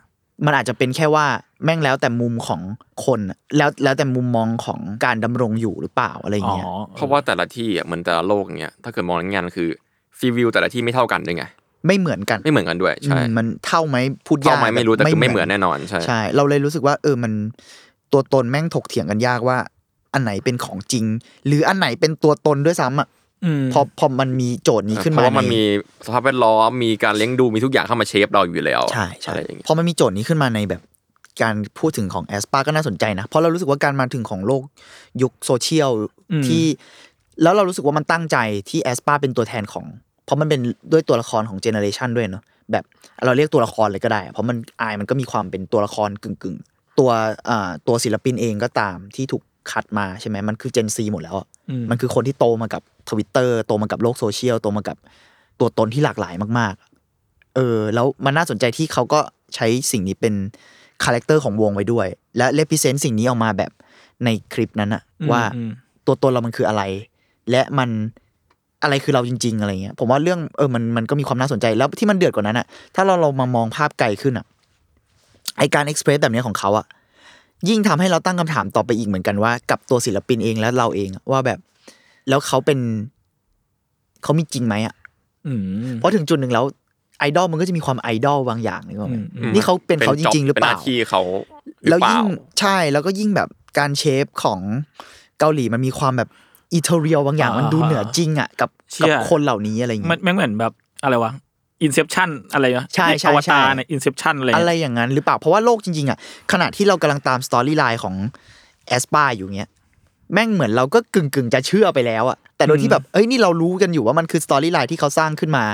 มันอาจจะเป็นแค่ว่าแม่งแล้วแต่มุมของคนน่ะแล้วแล้วแต่มุมมองของการดำรงอยู่หรือเปล่าอะไร อ๋อ เงี้ย เพราะว่าแต่ละที่อ่ะเหมือนแต่ละโลกเนี้ย ถ้าเกิดมองในแง่านคือฟีวิวแต่ละที่ไม่เท่ากันด้วยไง ไม่เหมือนกัน ไม่เหมือนกันด้วย อื ใช่ มมันเท่าไหมพูดยาก เท่าไหมไม่รู้แต่คือไม่เหมือนแน่นอนใช่ ใช่ เราเลยรู้สึกว่า เออมันตัวตนแม่งถกเถียงกันยากว่า อันไหนเป็นของจริง หรืออันไหนเป็นตัวตนด้วยซ้ำอ่ะ อืม พอพอมันมีโจทย์นี้ขึ้น เพ มา ราะว่ามัน ใน มีสภาพแวดล้อมมีการเลี้ยงดูมีทุกอย่างเข้ามาเชฟเราอยู่แล้ว ใช่ใช่ อะไรอย่างเงี้ย พอมันมีโจทย์นี้ขึ้นมาในแบบการพูดถึงของแอสปาก็น่าสนใจนะ เพราะเรารู้สึกว่าการมาถึงของโลกยุคโซเชียลที่ แล้วเรารู้สึกว่ามันตั้งใจที่แอสปาเป็นตัวแทนของ เพราะมันเป็นด้วยตัวละครของเจเนอเรชันด้วยเนาะแบบเราเรียกตัวละครเลยก็ได้ เพราะมันอายมันก็มีความเป็นตัวละครกึ่งกึ่งๆตัวอ่าตัวศิลปินเองก็ตามที่ถูกคัดมาใช่ไหมมันคือเจนซีหมดแล้วอะ อืม มันคือคนที่โตมากับทวิตเตอร์โตมากับโลกโซเชียลโตมากับตัวตนที่หลากหลายมาก ๆ เออ แล้วมันน่าสนใจที่เขาก็ใช้สิ่งนี้เป็นคาแรคเตอร์ของวงไว้ด้วย และเลพิเซนต์สิ่งนี้ออกมาแบบในคลิปนั้นอะว่า อืม ตัวตนเรามันคืออะไร และมันอะไรคือเราจริง ๆ อะไรเงี้ยผมว่าเรื่องเออมันมันก็มีความน่าสนใจแล้วที่มันเดือดกว่านั้นอะถ้าเราเรามามองภาพไกลขึ้นอะไอการเอ็กเพรสแบบเนี้ยของเขาอะยิ่งทำให้เราตั้งคำถามต่อไปอีกเหมือนกันว่า กับตัวศิลปินเองและเราเองอะว่าแบบ แล้วเขาเป็นเขามีจริงไหมอ่ะ อืม เพราะถึงจุดหนึ่งแล้วไอดอลมันก็จะมีความไอดอลบางอย่างนึกออกไหม อืมอืม นี่เขาเป็นเขาจ จ็บ ริง ๆ หรือเปล่า นหน้าที่เขาหรื แล้ อ ว เป ยิ่ ล่า งใช่แล้วก็ยิ่งแบบการเชฟของเกาหลีมันมีความแบบอิตาเรียบางอย่าง อ่ามั มันดูเหนือจริงอ่ะกับ เชี่ กับ ย คนเหล่านี้อะไรอย่าง มัน เงี้ย มันเหมือนแบบอะไรวะอินเซ t ชันอะไรนะ ใช่ใช่ อว ใช่ ตารเนี่ยอินเซปชันอะไร อะไร เงี้ย อย่างนั้นหรือเปล่า เพราะว่าโลกจริงๆอ่ะขณะที่เรากำลังตามสตอรี่ไลน์ของแอสปาอยู่เงี้ยแม่งเหมือนเราก็กึ่งกึ่งๆจะเชื่อไปแล้วอ่ะแต่โดยที่แบบเอ้ยนี่เรารู้กันอยู่ว่ามันคือสตอรี่ไลน์ที่เขาสร้างขึ้นมา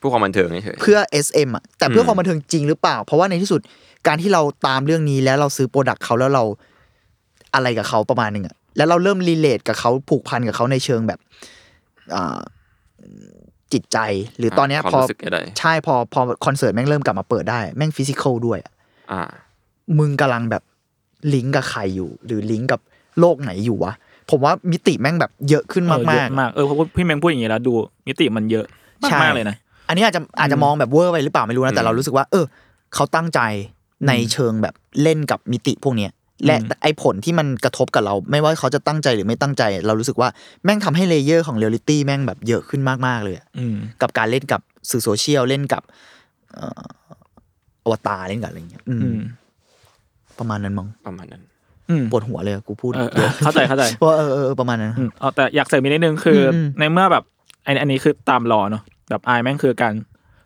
ผู้ความบันเทิงเฉย เพื่อ SM อ่ะแต่เพื่ออ ม ความบันเทิงจริงหรือเปล่า เพราะว่าในที่สุดการที่เราตามเรื่องนี้แล้วเราซื้อโปรดักต์เขาแล้วเราอะไรกับเขาประมาณหนึ่งอ่ะแล้วเราเริ่มรีเลทกับเขาผูกพันกับเขาในเชิงแบบอ่าจิตใจหรือตอนเนี้ย ความ พอ รู้สึกใด ใช่พอพอคอนเสิร์ตแม่งเริ่มกลับมาเปิดได้ แม่งฟิสิกอลด้วยอะ ๆอ่า มึงกำลังแบบลิงก์กับใครอยู่ หรือลิงก์กับโลกไหนอยู่วะผมว่ามิติแม่งแบบเยอะขึ้น เอ มา อเย ก อะ ๆ มากเออเพราะพี่แมงพูดอย่างงี้แล้วดูมิติมันเยอะ ใช่ มากๆเลยนะ อันนี้อาจจะอาจจะมองแบบเวอร์ไปหรือเปล่าไม่รู้นะ แต่เรารู้สึกว่า เออ เขาตั้งใจในเชิงแบบเล่นกับมิติพวกเนี้ยและไอผลที่มันกระทบกับเรา ไม่ว่าเขาจะตั้งใจหรือไม่ตั้งใจ เรารู้สึกว่าแม่งทำให้เลเยอร์ของเรียลลิตี้แม่งแบบเยอะขึ้นมากๆเลยอะ อืม กับการเล่นกับสื่อโซเชียลเล่นกับเอ่ออวตารเล่นกับอะไรเงี้ยอืม อืม ประมาณนั้นมั้ง ประมาณนั้น อืม ปวดหัวเลยอะกูพูด เออเออเข้าใจเข้าใจ เพราะเออเออเออประมาณนั้น อืมเอาแต่อยากเสริมอีกนิดนึงคืออ มอืม ในเมื่อแบบไอ้อันนี้คือตามรอเนาะแบบอายแม่งคือการ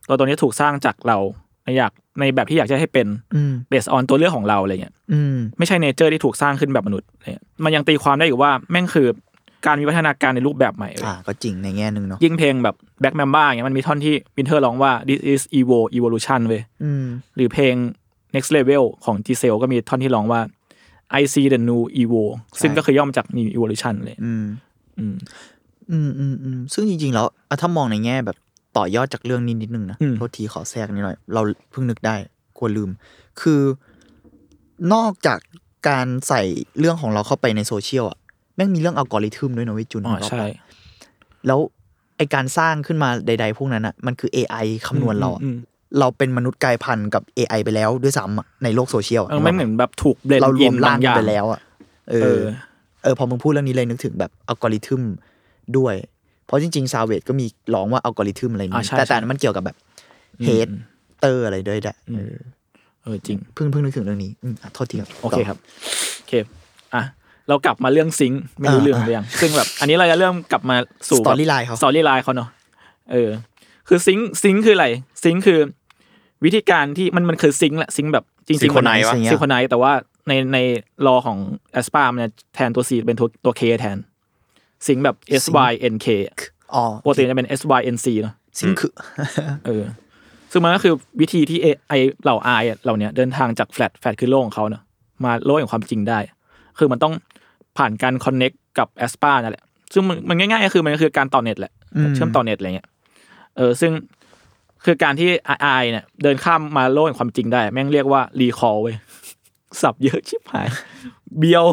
ตัวตัวนี้ถูกสร้างจากเราในอยากในแบบที่อยากจะให้เป็น อืม เบสออนตัวเลือกของเราอะไรเงี้ย อืม ไม่ใช่เนเจอร์ที่ถูกสร้างขึ้นแบบมนุษย์อะไรเงี้ยมันยังตีความได้อยู่ว่าแม่งคือการมีวัฒนาการในรูปแบบใหม่เลย อ่า ก็จริงในแง่หนึ่งเนาะ ยิ่งเพลงแบบ Black Mamba อย่างเงี้ยมันมีท่อนที่วินเทอร์ร้องว่า this is evo evolution เว้ย อืม หรือเพลง next level ของ g s e l ก็มีท่อนที่ร้องว่า I see the new evo ซึ่งก็คือย่อมาจาก new evolution เลย อืม อืม อืมอืมอืมซึ่งจริงๆแล้วอ่ะถ้ามองในแง่แบบต่อยอดจากเรื่องนี้นิดนึงนะ อืม โทษทีขอแทรกนิดหน่อย เราเพิ่งนึกได้กลัวลืม คือนอกจากการใส่เรื่องของเราเข้าไปในโซเชียลอ่ะแม่งมีเรื่องอัลกอริทึมด้วยนะเวยจุน อ๋อ เรา ใช่ แล้วไอการสร้างขึ้นมาใด ๆ พวกนั้นอ่ะมันคือ AI คำนวณเราอะ อืมอืม เราเป็นมนุษย์กลายพันธุ์กับ AI ไปแล้วด้วยซ้ำอะในโลกโซเชียลอะ เออมันเหมือนแบบถูกเบลน เรารวม บ ร่าง อย่ กันไปแล้วอ่ะเอ เอ อ อ เออพอมึงพูดเรื่องนี้เลยนึกถึงแบบอัลกอริทึมด้วย เพราะจริงๆซาเวตก็มีร้องว่าอัลกอริทึมอะไร อ่า นี้ ใช่ แต่ ใช่ แต่อันนั้นมันเกี่ยวกับแบบเฮดเตอร์อะไรด้วยแหละเออ เออจริง เพิ่งเพิ่งนึกถึงเรื่องนี้อืมอ่ะโทษทีครับ โอเค ต่ ครับโอเคอ่ะเรากลับมาเรื่องซิงค์ไม่รู้ อ่า เรื่องหรือยังซึ่งแบบ อันนี้เราจะเริ่มกลับมาสู่ Storyline เขา สตอรี่ไลน์เขาเนาะเออ คือซิงค์ซิงค์คืออะไรซิงค์คือ วิธีการที่มันมันคือซิงค์แหละซิงค์แบบจริงๆ synchronize มั วะ ซิงคนไหนแต่ว่าในในรอของแอสปามันจะแทนตัวซีเป็นตัวตัวเคแทนซิงค์แบบ S Y N K อ๋อ ปกติจะเป็น S Y N C เนาะ ซิงค์คือ เออซึ่งมันก็คือวิธีที่ไอเหล่าไอะเหล่าเนี้ยเดินทางจากแฟลตแฟลตคือโลกของเขาเนอะมาโลกแห่งความจริงได้ คือมันต้องผ่านการคอนเน็กกับแอสปานั่นแหละ ซึ่งมันมันง่ายๆก็คือมันก็คือการต่อเน็ตแหละ อืม เชื่อมต่อเน็ตอะไรเงี้ยเออซึ่งคือการที่ไอเนี่ยเดินข้ามมาโลกแห่งความจริงได้ แม่งเรียกว่ารีคอ l เว้ยสับเยอะชิบหาย เบียว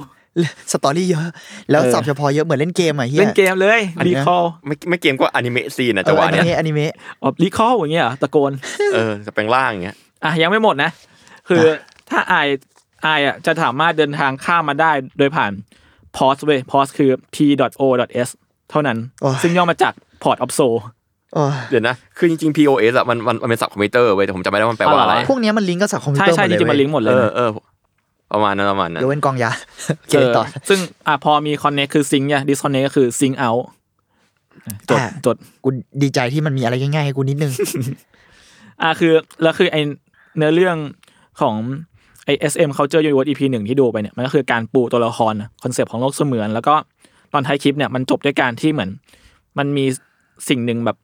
สตอรี่เยอะ แล้ว เออ สับเฉพาะเยอะเหมือนเล่นเกมอ่ะเฮีย เล่นเกมเลย อัน รี เนี้ย คอ l ไม่ไม่เกมก็อนิเมะซีนอะ เอ จัง อ หวะ อนิ เนี้ย เมะอนิเมะ ออรีคอลอย่างเงี้ยเหรอตะโกน เออจะแปลงร่างอย่างเงี้ย อ่ะยังไม่หมดนะ คือถ้าไอไออ่ะจะสามารถเดินทางข้ามมาได้โดยผ่าน pos เว้ย pos คือ p.o.s เท่านั้น โอ้ย ซึ่งย่อมาจาก port of soul โอ้ย เดี๋ยวนะ คือจริงๆ POS อะมันมันมันเป็นศัพท์คอมพิวเตอร์เว้ยแต่ผมจำไม่ได้ว่ามันแปลว่าอะไร พวกเนี้ยมันลิงก์กับสับคอมพิว ใช่ เตอร์ ใช่ หมด จริงๆเลยมันลิงก์หมดเล เอย อ นะ เออประมาณนั้นประมาณนั้น ยกเว้นกองยา โอเค เออ ต่อ ซึ่งอ่ะพอมี connect คือ sync เนี่ย disconnect ก็คือ sync out จด อ่ะ จด กูดีใจที่มันมีอะไรง่ายๆให้กูนิดนึ *laughs* ง อ่าคือแล้วคือไอเนื้อเรื่องของไอเอสเอ็มเขาเจอยูนิเวิร์สอีพีหนึ่งที่ดูไปเนี่ยมันก็คือการปูตัวละครคอนเซปต์ของโลกเสมือน แล้วก็ตอนท้ายคลิปเนี่ยมันจบด้วยการที่เหมือน มันมีสิ่งหนึ่งแบบ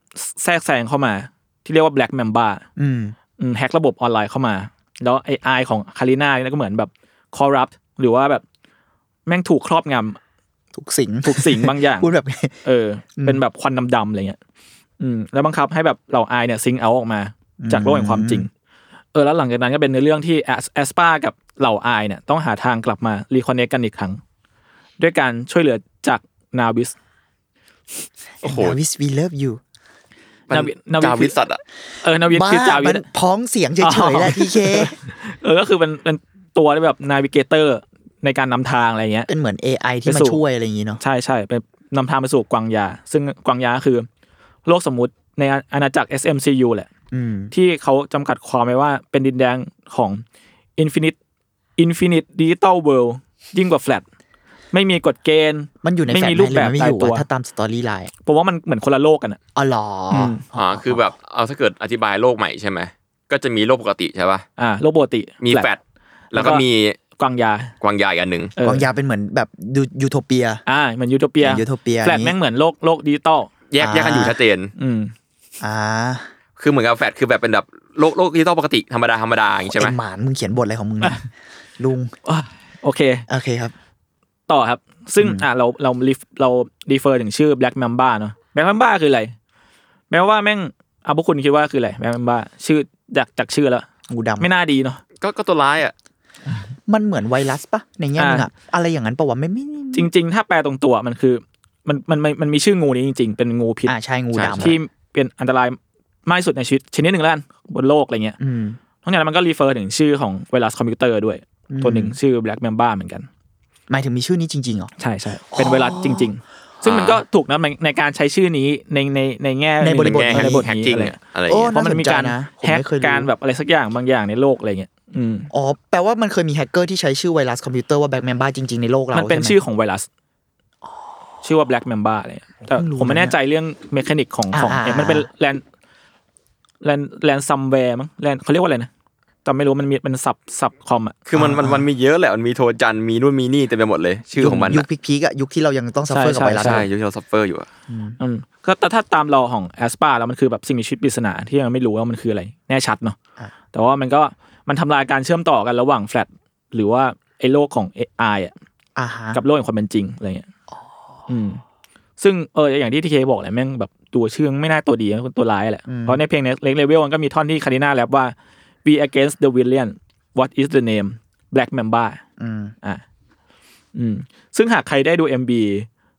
แทรกแซงเข้ามา ที่เรียกว่าแบล็กแมมบ้า อืม แฮกระบบออนไลน์เข้ามา แล้วไอไอของคาริน่าเนี่ยก็เหมือนแบบคอรัปหรือว่าแบบแม่งถูกครอบงำ ทุกสิ่ง ถูกสิงบางอย่าง พูดแบบ เออ เป็นแบบควันดำๆอะไรเงี้ย อืม แล้วบังคับให้แบบเหล่าไอายเนี่ยซิงเอาออกมา จากโลกแห่งความจริง เออ แล้วหลังจากนั้นก็เป็นในเรื่องที่แอสปากับเหล่าไอายเนี่ย ต้องหาทางกลับมารีคอนเนคกันอีกครั้ง ด้วยการช่วยเหลือจากนาวิส โอ้โห นาวิสวีเลิฟยู มัน นาวินาวิ จาวิสสัตว์อะ เออ นาวิส บ้า คือจาวิ มั ส นพ้องเสียงเฉยๆแหละทีเค เออ ก็คือเป็นเป็นตัวที่แบบนาวิเกเตอร์ในการนำทางอะไรเงี้ย เป็นเหมือน AI ที่ ไป มา สู่ ช่วยอะไรอย่างนี้เนาะ ใช่ใช่ไปนำทางไปสู่กวางยา ซึ่งกวางยาคือ โลกสมมุติในอาณาจักร SMCU แหละ อืม ที่เขาจำกัดความไว้ว่าเป็นดินแดนของ Infinite Infinite Digital World ยิ่งกว่า Flat ไม่มีกฎเกณฑ์ มันอยู่ใน ไม่ แฟล มี ช รูป ไลน์หแบบรือมันไม่ ตา อย ยู่ ตัว อะถ้าตามสตอรี่ไลน์ ผมว่ามันเหมือนคนละโลกกันอะ อ๋อเหรออ ม อ๋อคือแบบเอาถ้าเกิดอธิบายโลกใหม่ใช่ไหมก็จะมีโลกปกติใช่ป่ะ อ่าโลกปกติ มี Flat แฟดแล้วก็มี กวางยาก วางยาอีกอันหนึ่ง เออก วางยาเป็นเหมือนแบบยูยูโทเปีย อ่าเหมันยูโทเปีย เหมือน Utopia แฟล อ ต ย่างงี้ แม่งเหมือนโลกโลกดิจิตอล แยกแยกกันอยู่ชัดเจน อืม อ่า คือเหมือนกับแฟดคือแบบเป็นแบบโลกโลกที่ต้องปกติธรรมดาธรรมดาอย่างนี้ใช่ไหม ไอหมานมึงเขียนบทอะไรของมึงเนี่ยลุง โอเค โอเคครับ ต่อครับ ซึ่งอ่ะเราเราเราเรารีเฟอร์ถึงชื่อ Black Mamba เนอะ Black Mamba คืออะไร แม้ว่าแม่งอ่ะพวกคุณคิดว่าคืออะไร Black Mamba ชื่อจากจากชื่อแล้ว งูดำ ไม่น่าดีเนาะ ก็ก็ตัวร้ายอ่ะ มันเหมือนไวรัสปะในแง่หนึงอะ อ่า อะไรอย่างนั้นปะวะไม่ไม่ไม่ จริง ๆ ถ้าแปลตรงตัวมันคือมันมันมันมันมีชื่องูนี้จริง ๆ เป็นงูพิษ อ่าใช่งูดำ ที่เป็นอันตรายมากที่สุดในชีวิตชนิดหนึ่งแล้วกันบนโลกอะไรเงี้ย อืม ทั้งอย่างนั้นมันก็รีเฟอร์ถึงชื่อของไวรัสคอมพิวเตอร์ด้วย อืม ตัวหนึ่งชื่อ Black Mamba เหมือนกัน หมายถึงมีชื่อนี้จริงๆเหรอ ใช่ใช่เป็นไวรัสจริง ๆ ซึ่งมันก็ถูกนะในในการใช้ชื่อนี้ในในในแง่ ในบริหบทงในบริบทนี้ hacking อะไร อะไร โอ้ เงี้ย เพราะมันมีการ น่สนใจนะผม แฮก ไม่เคยรู้ การแบบอะไรสักอย่างบางอย่างในโลกอะไรเงี้ย อืม อ๋อแปลว่ามันเคยมีแฮกเกอร์ที่ใช้ชื่อไวรัสคอมพิวเตอร์ว่าแบ็กแมนบ้าจริงๆในโลกเรา มันเป็น ใไห ชื่อของไวรัสชื่อว่า Black Mamba อะไรเนี่ยแต่ เพิ่งรู้ ผมไม่แน่ใจเรื่องเมคานิกของของ อ่า เนี่ยมันเป็น อ่า แลนแลนแลนซัมแวร์มั้งแลนเขาเรียกว่าอะไรนะแต่ไม่รู้มันมีมันสับสับคอมอ่ะ คือมันมันมันมีเยอะแหละมันมีโทจันมีนู่นมีนี่เต็มไปหมดเลย ชื่อของมัน ยุ อะ คพีคๆอะยุคที่เรายังต้องซัฟเฟอร์กับ ใช่ ไวรัส ใช่ยุคที่เราซัฟเฟอร์อยู่อะ อืมก็แต่ถ้าตามรอของแอสปาแล้วมันคือแบบสิ่งมีชีวิตปริศนาที่ยังไม่รู้ว่ามันคืออะไร แน่ชัดเนาะแต่ว่ามันก็มันทำลายการเชื่อมต่อกันระหว่างแฟลตหรือว่าไอ้โลกของเอไอะ อ่าฮะ กับโลกแห่งความเป็นจริงอะไรเงี้ยอืม ซึ่งเอออย่างที่ทีเคบอกแหละแม่งแบบตัวเชื่องไม่น่าตัวดีนะตัวร้ายแหละ เพราะในเพลงเล็กเลเวลมันก็มีท่อนที่คาริน่าแรปว่า we against the villain what is the name black mamba อืม อ่ะอืม ซึ่งหากใครได้ดู MB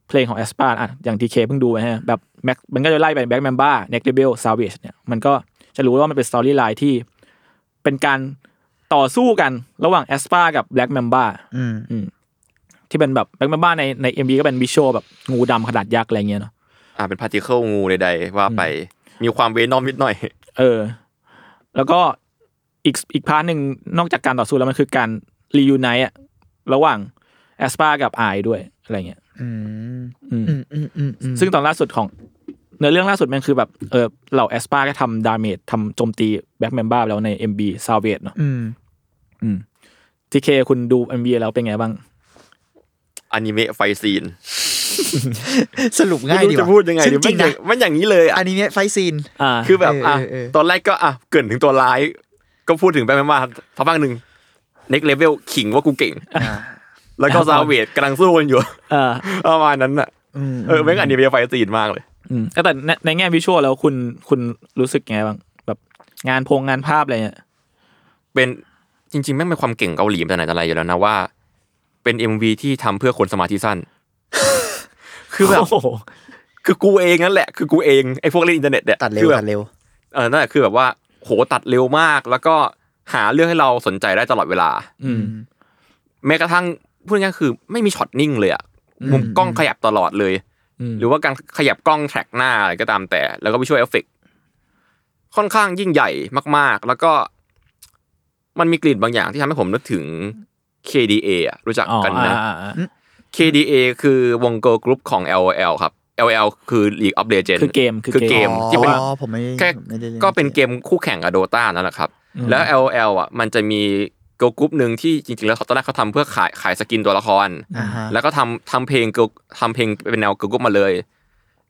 เพลงของแอสปาอ่ะอย่างทีเคเพิ่งดูไปฮะแบบแม็กมันก็จะไล่ไปแบ็กแมมบ้าเน็กเดเบลซาเวชเนี่ยมันก็จะรู้ว่ามันเป็นสตอรี่ไลน์ที่เป็นการต่อสู้กันระหว่างแอสปากับแบล็กแมมบ้า อืม ที่เป็นแบบแบงค์แมนบ้านในในเอ็มบีก็เป็นวิชวลแบบงูดำขนาดยักษ์อะไรเงี้ยเนาะ อ่าเป็นพาร์ติเคิลงูใดๆว่าไปมีความเวนอมนิดหน่อย เออ แล้วก็อีกอีกพาร์ทหนึ่งนอกจากการต่อสู้แล้วมันคือการรียูไนต์อะระหว่างแอสปากับไอด้วยอะไรเงี้ย อืม อืม อืมอืมอืมอืม ซึ่งตอนล่าสุดของเนื้อเรื่องล่าสุดมันคือแบบเออเหล่าแอสปาก็ทำดาเมจทำโจมตีแบล็กแมนบ้าแล้วใน MB s a l v a g e เนาะ อืม ทีเคคุณดู MB แล้วเป็นไงบ้าง อนิเมะไฟซีน สรุปง่าย ไม่ ดี รู้ ว่ จะพูดยังไง ซึ่ ดี งจริง มันอย่า นะ งมันอย่างนี้เลยอะ อันนี้เนี่ยไฟท์ซีน อ่า คือแบบอ่ะ เออเออเออ ตอนแรกก็อ่ะเกรินถึงตัวร้าย ก็พูดถึงแบมแบมมาทักพักหนึ่งเน็กเลเวลขิงว่ากูเก่ง แล้วก็ อ่ะ ซาเวดกำลังสู้กันอยู่ เออ ประมาณนั้นอ่ะ อืม เออแม่งอันนี้เป็นไฟซีนมากเลย อืมแต่ในในแง่วิชวลแล้วคุณคุณรู้สึกไงบ้างแบบงานโพงงานภาพอะไรเงี้ย เป็นจริง ๆ แม่งเป็นความเก่งเกาหลีมาแต่ไหนแต่ไรอยู่แล้วนะว่า เป็น MV ที่ทำเพื่อคนสมาธิสั้น *laughs* คือแบบ โอ้โห คือกูเองนั่นแหละ คือกูเองไอ้พวกเล่นอินเทอร์เน็ตเนี่ย ตัดเร็ คื ว อแบบ ตัดเร็ว เออนั่นแหละคือแบบว่า โหตัดเร็วมาก แล้วก็หาเรื่องให้เราสนใจได้ตลอดเวลา อืม แม้กระทั่งพูดง่ายๆคือไม่มีช็อตนิ่งเลยอะมุมกล้องขยับตลอดเลย อืม หรือว่าการขยับกล้องแทร็กหน้าอะไรก็ตามแต่ แล้วก็ไปช่วยเอฟเฟกต์ค่อนข้างยิ่งใหญ่มาก ๆ แล้วก็มันมีกลิ่นบางอย่างที่ทำให้ผมนึกถึง KDA อะรู้จักกันนะ อ่าอ่าอ่า KDA คือวงเกิร์ลกรุ๊ปของ LOL ครับ LOL คือ League of Legends คือเกมคือ คือ เก เก ม มที่เป็น อ๋อผมไม่ แค่ ไม่ได้ล่น ก็เป็นเกมคู่แข่งกับโดตานั่นแหละครับ อืม แล้ว LOL อ่ะมันจะมีเกิร์ลกรุ๊ปหนึ่งที่จริงๆ แล้วเขาตอนแรกเขาทำเพื่อขายขายสกินตัวละคร อ่าฮะ แล้วก็ทำทำเพลง girl ทำเพลงเป็นแนวเกิร์ลกรุ๊ปมาเลย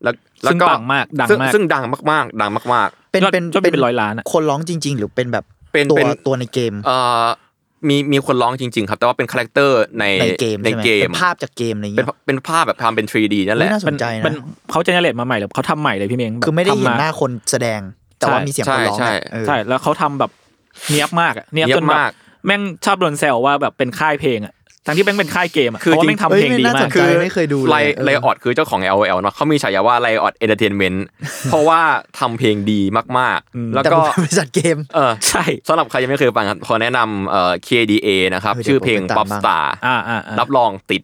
แล้วแล้ว ซึ่ง ก็ ปังมากดัง ซึ่ง มาก ซึ่งดังมากๆ ดังมาก เป็น ยอด เป็น ยอดเป็นร้อยล้านอะ คนร้องจริง ๆ หรือเป็นแบบ เป็น ตัว เป็น ตัวในเกม ๆเอ่อมีมีคนร้องจริง ๆ ครับ แต่ว่าเป็นคาแรคเตอร์ใน ในเกม ใน ใช่ไหม เกม เป็นภาพจากเกมอะไรอย่าง เป็น เงี้ย เป็นภาพแบบทำเป็น 3D นั่นแห อุ๊ย ละ น่าสนใจ เป็ นะ เขาจะเนเรตมาใหม่หรือเขาทำใหม่เลยพี่เมงแบบ คือไม่ได้เห็น ทำา หน้าคนแสดง แต่ว่า ใช่ มีเสียงคนร้อง ใช่ อะ ใช่ เออ ใช่แล้วเขาทำแบบเนี้ยบมากอะเนี้ยบ เนี๊ยบ จนแบบ มาก แม่งชอบโดนแซวว่าแบบเป็นค่ายเพลงอะทั้งที่แม่งเป็นค่ายเกมอะเพ คือ ราะว่า จริง แม่งทำเพลงดี เอ้ยน่า มา ส ก นใจ ไม่เคยดูเลย ไล เออ ไลออดคือเจ้าของ L O L เนาะเขามีฉายาว่าไลออดเอนเตอร์เทนเม *laughs* นต์ เพราะว่าทำเพลงดีมาก อืม ๆ แล้ว แต่ ก็ ผมเป็นบริษัทเกม เออ ใช่ สำหรับใครยังไม่เคยฟังครับขอแนะนำเอ่อ K D A นะครับ เออเดี๋ยว ชื่อเพลง ผมไปตาม Pop Star อ่าอ่าอ่า รับรองติด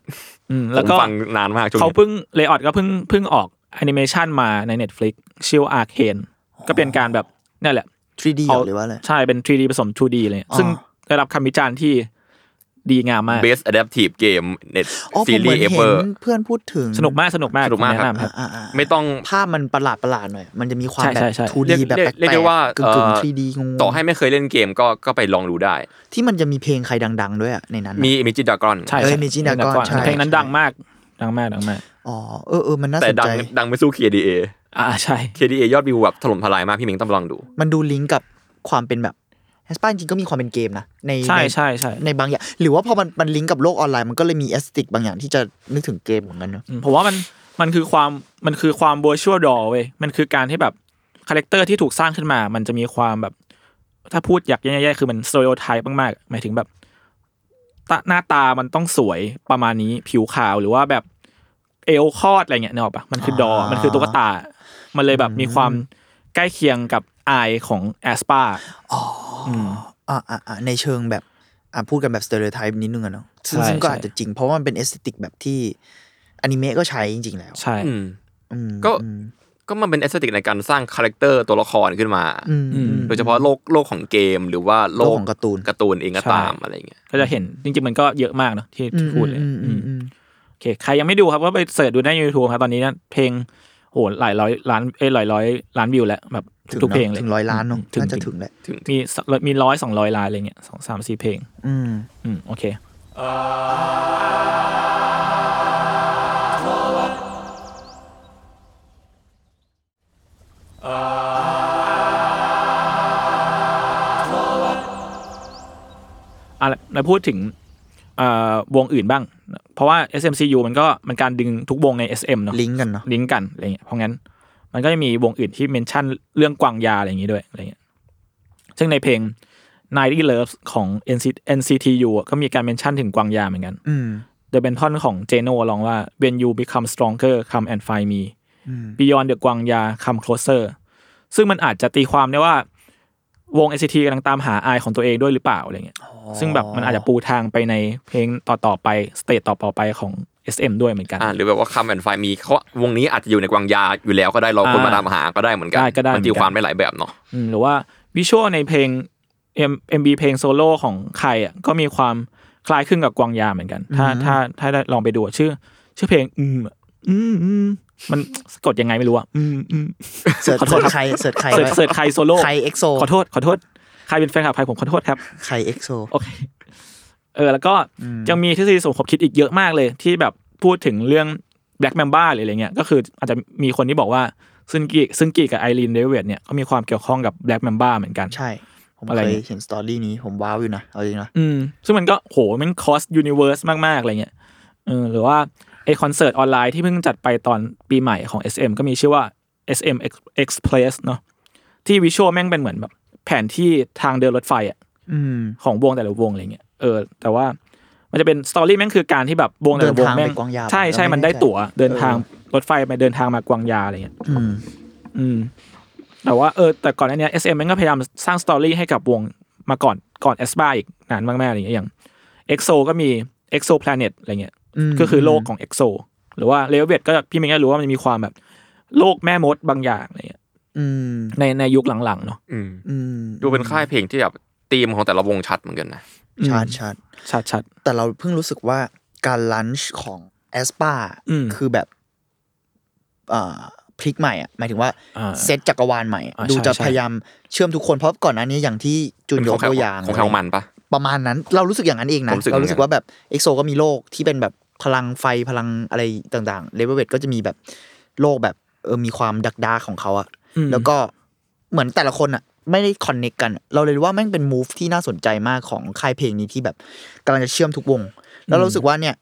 อืม ผ แล้ว ม ก็ ฟังนานมากช่วง เขา นี้ เพิ่งเลออดก็เพิ่งเพิ่งออกแอนิเมชันมาใน Netflix ชื่ออาร์เคนก็เป็นการแบบนั่นแหละ 3D เอา หรือว่าอะไร ใช่เป็น 3D ผสม 2D เลย อ๋อ ซึ่งได้รับคำวิจารณ์ที่ดีงามมาก เบสอะดัปทีฟเกมเน็ต อ๋อผ ซี มเห รี มือน ส์เอ เห็ เวอร์ นเพื่อนพูดถึง สนุกมากสนุกมาก สนุกมาก ผแะนำครับ อ่าๆๆ ไม่ต้อง ภาพมันประหลาดประหลาดๆหน่อย มันจะมีความ ใช่ แบบ ใช่ใช่ 2D เรียก แบบ เรียกเรียกแปลกได้ว่า ๆกึ่งกึ่ง เอ่อ 3D งงๆ ต่อให้ไม่เคยเล่นเกมก็ก็ไปลองดูได้ ที่มันจะมีเพลงใครดัง ๆ ด้วยอะในนั้นอะ มีมิจิดากรอน ใช่ เอ้ย ใช่ มีจินดากร จิ ใช่ เพลงนั้นดังมากดังมากดังมาก อ๋อเออเออมันน่า แต่ สน ดัง ใจ ดังไม่สู้ K D A อ่าใช่ K D A ยอดวิวแบบถล่มทลายมากพี่เม้งต้องลองดู มันดูลิงก์กับความเป็นแบบแอสปาจริงๆก็มีความเป็นเกมนะ ใน ใช่ ใน ใช่ใช่ ในบางอย่าง หรือว่าพอมันมันลิงก์กับโลกออนไลน์มันก็เลยมีแอสติกบางอย่างที่จะนึกถึงเกมเหมือนกันเนอะ อืมผมว่ามันมันคือความมันคือความบัวชัวดอเว้ยมันคือการที่แบบคาแรคเตอร์ที่ถูกสร้างขึ้นมา มันจะมีความแบบ ถ้าพูดอยากแย่ๆคือมันสโตร o t ไทป์มากๆหมายถึงแบบตาหน้าตามันต้องสวยประมาณนี้ผิวขาวหรือว่าแบบเอวคอดอะไรเงี้ยนึกออกปะมันคือดอมันคือตุ๊กตา มันเลยแบบมีความใกล้เคียงกับอายของแอสปา อ่าอ่าอ่าในเชิงแบบอ่ะพูดกันแบบสเตอริโอไทป์นิดนึงอะเนาะซึ่ง ใช่ ซึ่งก็ ใช่ อาจจะจริง เพราะว่ามันเป็นแอสติกแบบที่อนิเมะก็ใช้จริงๆแล้ว ใช่ อืม อืม ก็ อืม ก็มันเป็นเอสเตติกในการสร้างคาแรคเตอร์ตัวละครขึ้นมา อืมอืม โดยเฉพาะโลกโลกของเกมหรือว่าโลกโลกของการ์ตูน การ์ตูนเองก็ตาม ใช่ อะไรเงี้ย ก็จะเห็นจริงๆมันก็เยอะมากเนาะที่ที่พูดเลย อืมอื อื ม ม อืม โอเคใครยังไม่ดูครับก็ไปเสิร์ชดูได้ใน YouTube ครับตอนนี้นะเพลงโหหลายร้อยล้านเอ้ยหลายร้อยล้านวิวแล้วแบบ ถึง ทุกๆเพลง นอะ เลย ถึงร้อยล้านเนาะ ถึง น่าจะถึงแหละ ถึง มีสมีร้อยสองร้อยล้านอะไรเงี้ยสองสามสี่เพลง อืม อืมโอเค อะไรมาพูดถึงเอ่อวงอื่นบ้าง เพราะว่า SMCU มันก็มันการดึงทุกวงใน SM เนาะ ลิงก์กันเนาะ ลิงก์กันอะไรเงี้ยเพราะงั้น มันก็จะมีวงอื่นที่เมนชั่นเรื่องกวางยาอะไรอย่างงี้ด้วยอะไรเงี้ยซึ่งในเพลง n i g h t y Loves ของ NC- NCTU อะก็มีการเมนชั่นถึงกวางยาเหมือนกัน อืม โดยเป็นท่อนของเจโนร้องว่า When you become stronger come and find me Beyond the กวางยา come closer ซึ่งมันอาจจะตีความได้ว่าวง NCT กำลังตามหาไอของตัวเองด้วยหรือเปล่าอะไรเงี้ย ซึ่งแบบมันอาจจะปูทางไปในเพลงต่อ ๆ ไป สเตจต่อ ๆ ไปของ SM ด้วยเหมือนกัน อ่าหรือแบบว่าคำแอนไฟมีเขาว่าวงนี้อาจจะอยู่ในกวางยาอยู่แล้วก็ได้รอคนมาตามหาก็ได้เหมือนกัน ได้ก็ได้ มันตี เหมือนกัน ความได้หลายแบบเนาะ อืมหรือว่าวิชวลในเพลง M- MB เพลงโซโล่ของใครอ่ะก็มีความคล้ายคลึงกับกวางยาเหมือนกัน ถ้าถ้าถ้าได้ลองไปดูอะชื่อ ชื่อเพลงอืมอะอืมอืมมันสะกดยังไงไม่รู้อ่ะอืมอืม เสิร์ชคนใครเสิร์ชใคร เสิร์ช ไว้ เสิร์ชใครโซโล่ ใครเอ็กโซ ขอโทษขอโทษ ใครเป็นแฟนคลับใครผมขอโทษครับ ใครเอ็กโซ โอเค เออ แล้วก็ยังมีทฤษฎีสมคบคิดอีกเยอะมากเลยที่แบบพูดถึงเรื่อง Black Mamba หรืออะไรเงี้ย ก็คืออาจจะมีคนที่บอกว่าซึ่งกีซึ่งกีกับไอรีนเดวิดเนี่ยก็มีความเกี่ยวข้องกับ Black Mamba เหมือนกัน ใช่ ผม อะไร เคย เนี่ย เห็นสตอรี่นี้ผมว้าวอยู่นะเอาจริงนะ อืม ซึ่งมันก็โหมันคอสยูนิเวอร์สมาก ๆ อะไรเงี้ยเออหรือว่าไอคอนเสิร์ตออนไลน์ที่เพิ่งจัดไปตอนปีใหม่ของ SM ก็มีชื่อว่า SM Ex- Express เนาะที่วิชวลแม่งเป็นเหมือนแบบแผนที่ทางเดินรถไฟอ่ะ อืม ของวงแต่ละวงอะไรเงี้ย เออ แต่ว่ามันจะเป็นสตอรี่แม่งคือการที่แบบวงแต่ละวงแม่ เดินทางไปกวางยา ใช่ใช่ เราไม่ มันได้ แน่ใจ ตั๋ว เดิน เออ ทางรถไฟไปเดินทางมากวางยาอะไรเงี้ย อืม อืม แต่ว่าเออ แต่ก่อนหน้าเนี้ย SM มันก็พยายามสร้างสตอรี่ให้กับวงมาก่อนก่อนเอสบาอีกนานมากๆอะไรเงี้ยอย่าง EXO ก็มี EXO Planet อะไรเงี้ย อืม ก็คือโลกของ EXO หรือว่าเลเวตก็พี่เมย์ก็รู้ว่ามันมีความแบบโลกแม่มดบางอย่างอะไรเงี้ย อืม ในในยุคหลังๆเนาะ อืม อืม ดูเป็นค่ายเพลงที่แบบธีมของแต่ละวงชัดเหมือนกันนะ ชาร์จชาร์จ ชัดชัด แต่เราเพิ่งรู้สึกว่าการลันช์ของแอสปา อืม คือแบบอ่าพลิกใหม่อ่ะหมายถึงว่า อ่า เซตจักรวาลใหม่อะ อ่า ดู ใช่ จะ ใช่ พยายามเชื่อมทุกคนเพราะก่อนหน้านี้อย่างที่จุน เป็น ย ขอก งใคร ตัวอย่าง ของใครของมันปะ ประมาณนั้น เรารู้สึกอย่างนั้นเองนะ ผมรู้สึก เรารู้สึกว่าแบบเอ็กโซก็มีโลกที่เป็นแบบพลังไฟพลังอะไรต่างๆเลเวเวตก็จะมีแบบโลกแบบเออมีความดักดาของเขาอะ อืม แล้วก็เหมือนแต่ละคนอ่ะ ไม่ได้คอนเน c กกัน เราเลยรู้ว่าแม่งเป็นมูฟที่น่าสนใจมากของค่ายเพลงนี้ที่แบบกำลังจะเชื่อมทุกวง แล้วเรารู้สึกว่าเนี่ย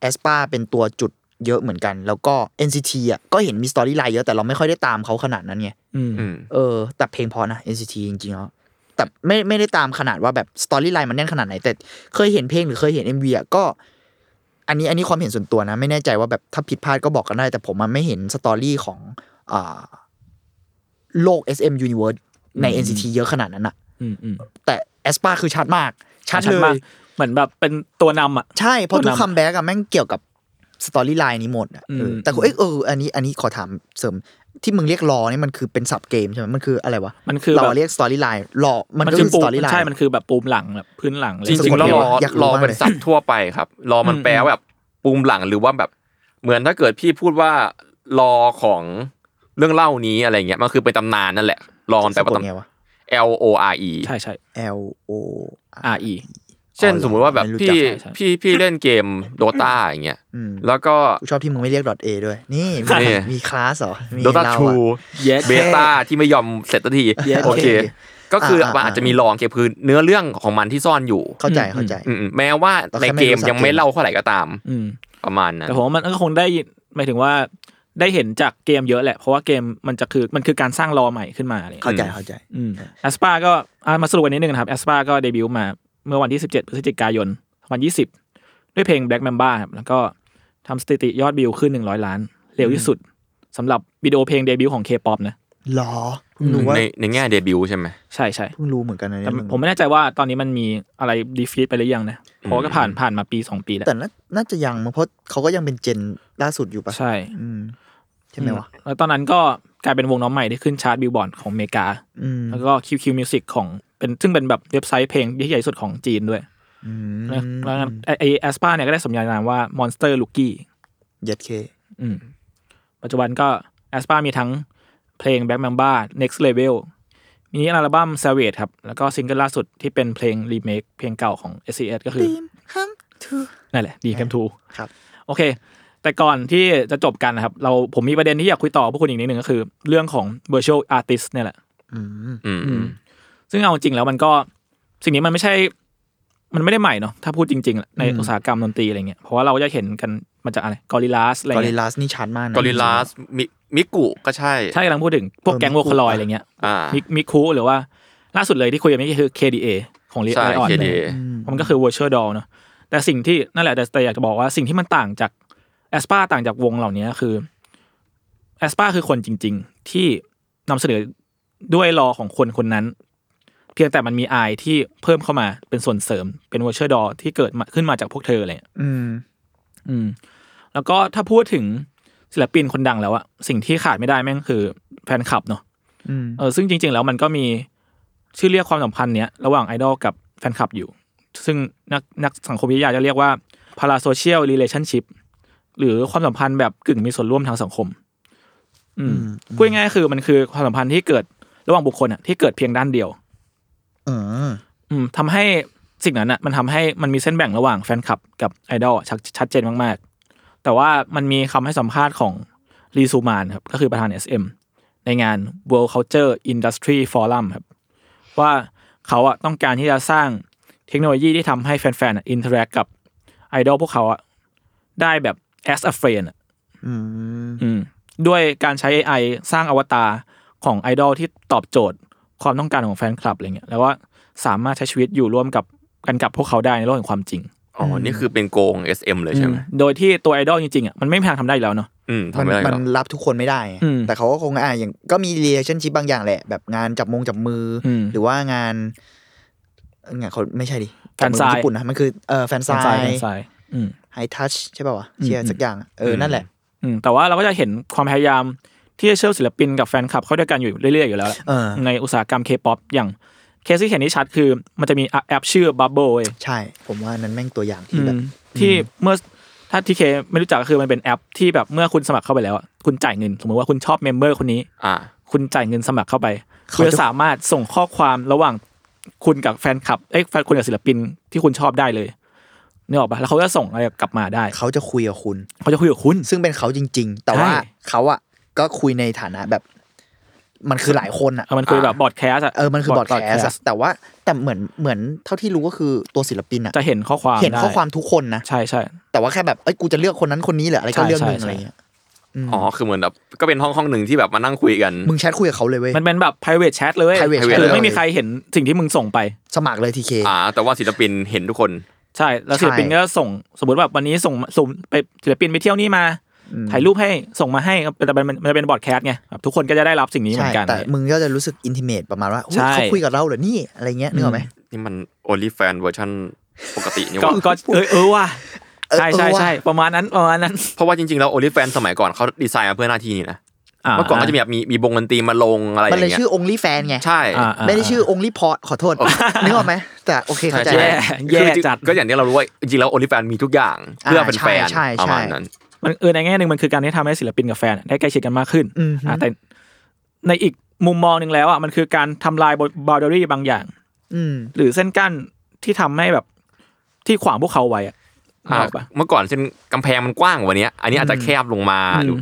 แอสปาเป็นตัวจุดเยอะเหมือนกัน แล้วก็ NCT อ่ะก็เห็นมีสตอรี่ไลน์เยอะแต่เราไม่ค่อยได้ตามเขาขนาดนั้นไง ๆอืม อืม เออแต่เพลงเพอนะ NCT จริงๆแล้วแต่ไม่ไม่ได้ตามขนาดว่าแบบสตอรี่ไลน์มันแน่นขนาดไหน แต่เคยเห็นเพลงหรือเคยเห็น MV อ่ะก็ อันนี้อันนี้ความเห็นส่วนตัวนะ ไม่แน่ใจว่าแบบถ้าผิดพลาดก็บอกกันได้ แต่ผมมันไม่เห็นสตอรี่ของอ่าโลก SM Universe ใน NCT เยอะขนาดนั้นอะ อืมอืม แต่แอสปาคือชัดมากชัดเล มาก ย เหมือนแบบเป็นตัวนำอ่ะ ใช่เพราะทุก คนนำ คัมแบ็กอะแม่งเกี่ยวกับสตอรี่ไลน์นี้หมดอะ อืม เออแต่เอ้ยเอออันนี้อันนี้ขอถามเสริมที่มึงเรียกรอนี่มันคือเป็นสับเกมใช่ไหมมันคืออะไรวะ มันคือ เรา แบบ เรียกสตอรี่ไลน์หลอมันก็คือ ปู สตอรี่ไลน์ ใช่มันคือแบบปูมหลังแบบพื้นหลังเลย จริงๆ สะกด แล้วรอ อยากรู้ รอ มากเลย เป็นศัพท์ทั่วไปครับ รอมันแปลว่าแบบปูมหลังหรือว่าแบบ เหมือนถ้าเกิดพี่พูดว่ารอของเรื่องเล่านี้อะไรเงี้ยมันคือเป็นตำนานนั่นแหละ รอมันแปล สะก ว่า ด ตำ ไงวะ L O R E ใช่ใช่ L O R E เช่นสมมุติว่าแบบ ไม่รู้จัก พี่ ใช่ใช่ พี่พี่เล่นเกมโดตาอย่างเงี้ย อืม แล้วก็ กูชอบที่มึงไม่เรียก .a ด้วย นี่มี นี่ มีคลาสเหรอมี โดตา เรอะ ทู เยส เบต้าที่ไม่ยอมเสร็จสักที เย้ โอเค โอเค ก็คือ อ่าๆๆ มันอาจจะมีรองเกมคือเนื้อเรื่องของมันที่ซ่อนอยู่ เข้าใจเข้าใจ อืมๆแม้ว่าในเกมยังไม่เล่าเท่าไหร่ก็ตาม อืม ประมาณนั้น แต่ผมว่ามันก็คงได้หมายถึงว่าได้เห็นจากเกมเยอะแหละ เพราะว่าเกมมันจะคือมันคือการสร้างรอใหม่ขึ้นมาอะไร เข้าใจ อืม เข้าใจ อืมแอสปาก็อ่ะมาสรุปกันนิดนึงนะครับแอสปาก็เดบิวต์มาเมื่อวันที่ 17พฤศจิกายน2020 ด้วยเพลง Black Mamba ครับแล้วก็ทำสถิติยอดวิวขึ้น 100 ล้าน เร็วที่สุดสำหรับวิดีโอเพลงเดบิวต์ของ K-pop นะ หรอเพิ่งรู้ว่า ในในแง่เดบิวต์ใช่ไหม ใช่ใช่ เพิ่งรู้เหมือนกันนะ แต่ เนี่ย ผมไม่แน่ใจว่าตอนนี้มันมีอะไรดีฟีดไปหรือยังนะเพราะว่าก็ผ่านผ่านมาปีสองปีแล้ว แต่น่าน่าจะยังมั้งเพราะเขาก็ยังเป็นเจนล่าสุดอยู่ปะ ใช่ อืม ใช่ไหมวะ แล้วตอนนั้นก็กลายเป็นวงน้องใหม่ที่ขึ้นชาร์ตบิลบอร์ดของอเมริกา อืม แล้วก็ QQ Music ของเป็นซึ่งเป็นแบบเว็บไซต์เพลงที่ใหญ่ที่สุดของจีนด้วย อืม แล้วแล้วงั้นไอไอแอสปาเนี่ยก็ได้สมญานามว่า Monster Lookie เย็ดเค อืมปัจจุบันก็แอสปามีทั้งเพลง Black Mamba Next Level มีอัลบั้ม Savage ครับ แล้วก็ซิงเกิลล่าสุดที่เป็นเพลงรีเมคเพลงเก่าของ SES ก็คือ Dream Come True นั่นแหละดีแคมทู ครับ โอเค แต่ก่อนที่จะจบกันนะครับ เราผมมีประเด็นที่อยากคุยต่อพวกคุณอีกนิดหนึ่งก็คือ เรื่องของ virtual artist เนี่ยแหละ อืม อืมอืม ซึ่งเอาจริงแล้วมันก็สิ่งนี้มันไม่ใช่ มันไม่ได้ใหม่เนาะถ้าพูดจริงๆ ในอุตสาหกรรมดนตรีอะไรเงี้ยเพราะว่าเราจะเห็นกันมาจากอะไรกอริลลาสอะไร กอริ เงี้ย ลลาสนี่ชัดมากนะ กอริลลาสมิมิกุก็ใช่ ใช่กำลังพูดถึงพวก เออ แก๊ง มี วอคคู่ลอย อ่ะ อะไรเงี้ย อ่า มิมิคูหรือว่าล่าสุดเลยที่คุยกันนี้คือ KDA ของเรีย ใช่ ออน KDA มันก็คือ virtual doll เนาะแต่สิ่งที่นั่นแหละแต่แต่อยากจะบอกว่าสิ่งที่มันต่างจาก a s p a ต่างจากวงเหล่านี้คือ a s p a คือคนจริง ๆ ที่นำเสนอด้วยรอของคนคนนั้น เพียงแต่มันมีอายที่เพิ่มเข้ามาเป็นส่วนเสริมเป็น virtual doll ที่เกิดมาขึ้นมาจากพวกเธอเลย อืม อืมแล้วก็ถ้าพูดถึงศิลปินคนดังแล้วอะสิ่งที่ขาดไม่ได้แม่งคือแฟนคลับเนาะ อืม เออซึ่งจริง ๆ แล้วมันก็มีชื่อเรียกความสัมพันธ์เนี้ยระหว่างไอดอลกับแฟนคลับอยู่ ซึ่งนักนักสังคมวิทยาจะเรียกว่า parasocial relationship หรือความสัมพันธ์แบบกึ่งมีส่วนร่วมทางสังคม อืมพูดง่ายๆคือมันคือความสัมพันธ์ที่เกิดระหว่างบุคคลอะที่เกิดเพียงด้านเดียว เออ อืมทำให้สิ่งนั้นอ่ะมันทำให้มันมีเส้นแบ่งระหว่างแฟนคลับกับไอดอลชัดชัดเจนมากๆ แต่ว่ามันมีคำให้สัมภาษณ์ของรีซูมานครับ ก็คือประธาน SM ในงาน World Culture Industry Forum ครับ ว่าเขาอ่ะต้องการที่จะสร้างเทคโนโลยีที่ทำให้แฟนๆอินเทอร์แอคกับไอดอลพวกเขาอ่ะได้แบบ as a friend อะ อืม อืมด้วยการใช้ AI สร้างอวตารของไอดอลที่ตอบโจทย์ความต้องการของแฟนคลับอะไรเงี้ยแล้วว่า สามารถใช้ชีวิตอยู่ร่วมกับกันกับพวกเขาได้ในโลกแห่งความจริง อ๋อ นี่คือเป็นโกง SM เลยใช่ไหม อืมโดยที่ตัวไอดอลจริงๆอ่ะมันไม่มีทางทำได้อยู่แล้วเนาะ อืม มั ทำ น ไม่ได้ห มัน รอก รับทุกคนไม่ได้ไง อืม แต่เขาก็คงอ่าอย่างก็มีเ a t i o n s h i p บางอย่างแหละ แบบงานจับมงจับมืออ ม หรือว่างานงานเขาไม่ใช่ดิ แฟนซาย จับมือญี่ปุ่นนะมันคือเออแฟนซา ใช่ ย ใช่อืม ไฮทัชใช่ป่าวะเชียร์สักอย่างอะเออนั่นแหละ อืมแต่ว่าเราก็จะเห็นความพยายามที่จะเชื่อมศิลปินกับแฟนคลับเข้าด้วยกันอยู่เรื่อยๆอยู่แล้วแหละ เออ ในอุตสาหกรรมเคป๊อปอย่างเคสที่เห็นที่ชัดคือมันจะมีแอปชื่อ Bubble เว้ย ใช่ ผมว่านั้นแม่งตัวอย่าง อื ที่แบบ มที่เมื่อถ้าทีเคไม่รู้จักก็คือมันเป็นแอปที่แบบเมื่อคุณสมัครเข้าไปแล้วอะคุณจ่ายเงิน สมมติว่าคุณชอบเมมเบอร์คนนี้ อ่า คุณจ่ายเงินสมัครเข้าไปคุณจะสามารถส่งข้อความระหว่างคุณกับแฟนคลับเอ้ยแฟนคุณกับศิลปินที่คุณชอบได้เลยนึกออกปะแล้วเขาก็ส่งอะไรกลับมาได้ เขาจะคุยกับคุณ เขาจะคุยกับคุณ ซึ่งเป็นเขาจริง ๆ แต่ว่า ใช่ เขาอ่ะก็คุยในฐานะแบบ มันคือหลายคนอ่ะ เออมันคุยแบบบอดแคสอะ เออ มันคือบอดแคส broadcast แต่ว่าแต่เหมือนเหมือนเท่าที่รู้ก็คือตัวศิลปินอ่ะ จะเห็นข้อความ เห็นข้อ ได้ ความทุกคนนะ ใช่ใช่ แต่ว่าแค่แบบเอ้ยกูจะเลือกคนนั้นคนนี้เหรออะไรก็ ใช่ เรื่องหนึ่ง ใช่ อะไรเงี้ย อ๋อ คือเหมือนแบบก็เป็นห้องห้องหนึ่งที่แบบมานั่งคุยกัน มึงแชทคุยกับเขาเลยเว้ย มันเป็นแบบ private chat เลย private chat คือไม่ เลย มีใครเห็นสิ่งที่มึงส่งไป สมัครเลยทีเค อ่า แต่ว่าศิลปินเห็นทุกคน ใช่ แล้ว ใช่ ศิลปินก็ส่งสมมติแบบวันนี้ส่งส่งไปศิลปินไปเที่ยวนี่มา ถ่ายรูปให้ส่งมาให้ครับแต่มันมันมันจะเป็นบอดแคสไงแบบทุกคนก็จะได้รับสิ่งนี้เหมื ใช่ อนกัน แต่มึงก็จะรู้สึกอินทิเมตประมาณว่าอุ๊ย ใช่ เขาคุยกับเราเหรอนี่อะไรเงี้ยนึกออกไหม นี่มัน only fan เวอร์ชันปกตินี่ห *laughs* ก็ ว่า ก็เออเออว่ะใช่ใช่ เออว่ะ ใช่ประมาณนั้นประมาณนั้น เพราะว่าจริงๆ แล้ว only fan สมัยก่อนเขาดีไซน์มาเพื่อหน้าที่นี่นะ เมื่อก่อนก็จะมีแบบมีมีวงดนตรีมาลงอะไรอ มัน ย่าง เลย เงี้ย ชื่อ only fan ไง ใช่ อ่าา ไม่ได้ชื่อ only pot ขอโทษ นึกออกไหมแต่โอเคเข้าใจ ใช่ แย่แย่ คือจริง จัด ก็อย่างที่เรารู้ว่าจริงๆแล้ว only fan มีทุกอย่างเพื่อเป็นแฟน ใช่ ประ ใช่ มาณ ใช่ นั้น มันเออในแง่หนึ่งมันคือการที่ทำให้ศิลปินกับแฟนได้ใกล้ชิดกันมากขึ้น อือฮึ อ่ะแต่ในอีกมุมมองหนึ่งแล้วอ่ะมันคือการทำลายบาร์เดอรี่บางอย่าง อืม หรือเส้นกั้นที่ทำให้แบบที่ขวางพวกเขาไว้อะนึก อ่า ออกปะ เมื่อก่อนเส้นกำแพงมันกว้างกว่านี้อันนี้อาจจะแคบลงมาหรือ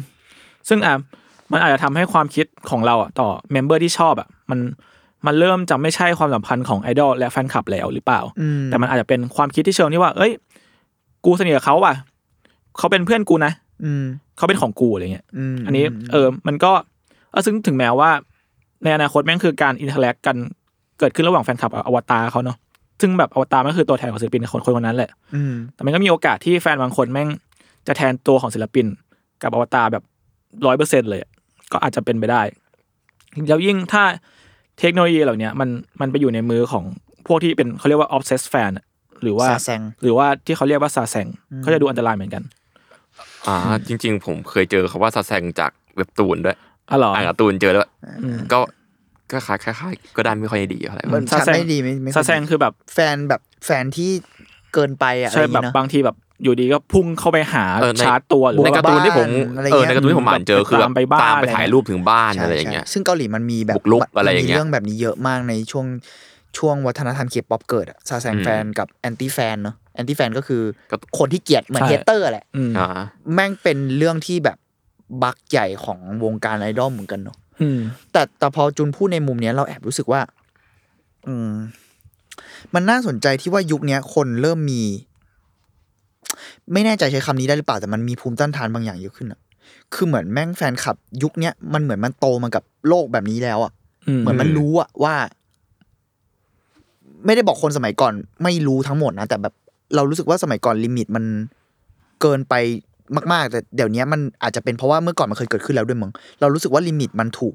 ซึ่งอ่ะมันอาจจะทำให้ความคิดของเราอ่ะต่อเมมเบอร์ที่ชอบอ่ะมันมันเริ่มจะไม่ใช่ความสัมพันธ์ของไอดอลและแฟนคลับแล้วหรือเปล่า อืม แต่มันอาจจะเป็นความคิดที่เชิงที่ว่า เอ้ย กูสนิทกับเขาว่ะเขาเป็นเพื่อนกูนะ อืม เขาเป็นของกูอะไรเงี้ย อืม อันนี้เออมันก็เออซึ่งถึงแม้ว่า ในอนาคตแม่งคือการอินเทอร์แอคกันเกิดขึ้นระหว่างแฟนคลับกับอวตารเขาเนาะซึ่งแบบอวตารมันคือตัวแทนของศิลปินคนคนนั้นแหละ อืม แต่มันก็มีโอกาสที่แฟนบางคนแม่งจะแทนตัวของศิลปินกับอวตารแบบร้อยเปอร์เซ็นเลยอะก็อาจจะเป็นไปได้แล้วยิ่งถ้าเทคโนโลยีเหล่าเนี้ยมันมันไปอยู่ในมือของพวกที่เป็นเขาเรียกว่า obsessed fan อะหรือว่า ซาแซง หรือว่าที่เขาเรียกว่าซาแซงก็จะดูอันตรายเหมือนกัน อ่าจริง ๆ ผมเคยเจอคำว่าซาแซงจากเ เว็บตูนด้วย อ๋อเหรอ อ่านการ์ตูนเจอแล้ว อืม ก็ก็คล้ายคล้ายคล้ายก็ด้านไม่ค่อยดีเท่าไหร่ มัน ซา ชัด แซง ได้ดีไม่ไม่ ซาแซงคือแบบ แฟนแบบแฟนที่เกินไปอะอะไร ใช่ อย่าง แบบเงี้ยเนอะ บางทีแบบอยู่ดีก็พุ่งเข้าไปหา เออใน ชาร์จตัวหรือ ใน ว่า การ์ตูนที่ผม อะไรอย่าง เออเงี้ย ในการ์ตูนที่ผมอ่านเจอคือแบตาบมไปบ้าน ตามไปถ่ายรูปถึงบ้านอะไรอย่างเงี้ย ใช่ซึ่งเกาหลีมันมีแบบ บุกรุกอะไรอย่างเงี้ย มันมีเรื่องแบบนี้เยอะมากในช่วงช่วงวัฒนธรรมเคป๊อปเกิดอะซาแซง อืม แฟนกับแอนตี้แฟนเนาะแอนตี้แฟนก็คือ ก็ คนที่เกลียดเหมือน ใช่ เฮเตอร์แหละ อืม อ่า แม่งเป็นเรื่องที่แบบบักใหญ่ของวงการไอดอลเหมือนกันเนาะ อืม แต่แต่พอจุนพูดในมุมเนี้ยเราแอบรู้สึกว่า อืม มันน่าสนใจที่ว่ายุคเนี้ย คนเริ่มมี ไม่แน่ใจใช้คำนี้ได้หรือเปล่าแต่มันมีภูมิต้านทานบางอย่างเยอะขึ้นอะคือเหมือนแม่งแฟนคลับ ยุคเนี้ยมันเหมือนมันโตมากับโลกแบบนี้แล้วอะ อืม เหมือนมันรู้อะว่า ไม่ได้บอกคนสมัยก่อน ไม่รู้ทั้งหมดนะแต่แบบเรารู้สึกว่าสมัยก่อนลิมิตมันเกินไปมาก ๆ แต่เดี๋ยวนี้มันอาจจะเป็นเพราะว่าเมื่อก่อนมันเคยเกิดขึ้นแล้วด้วยมั้งเรารู้สึกว่าลิมิตมันถูก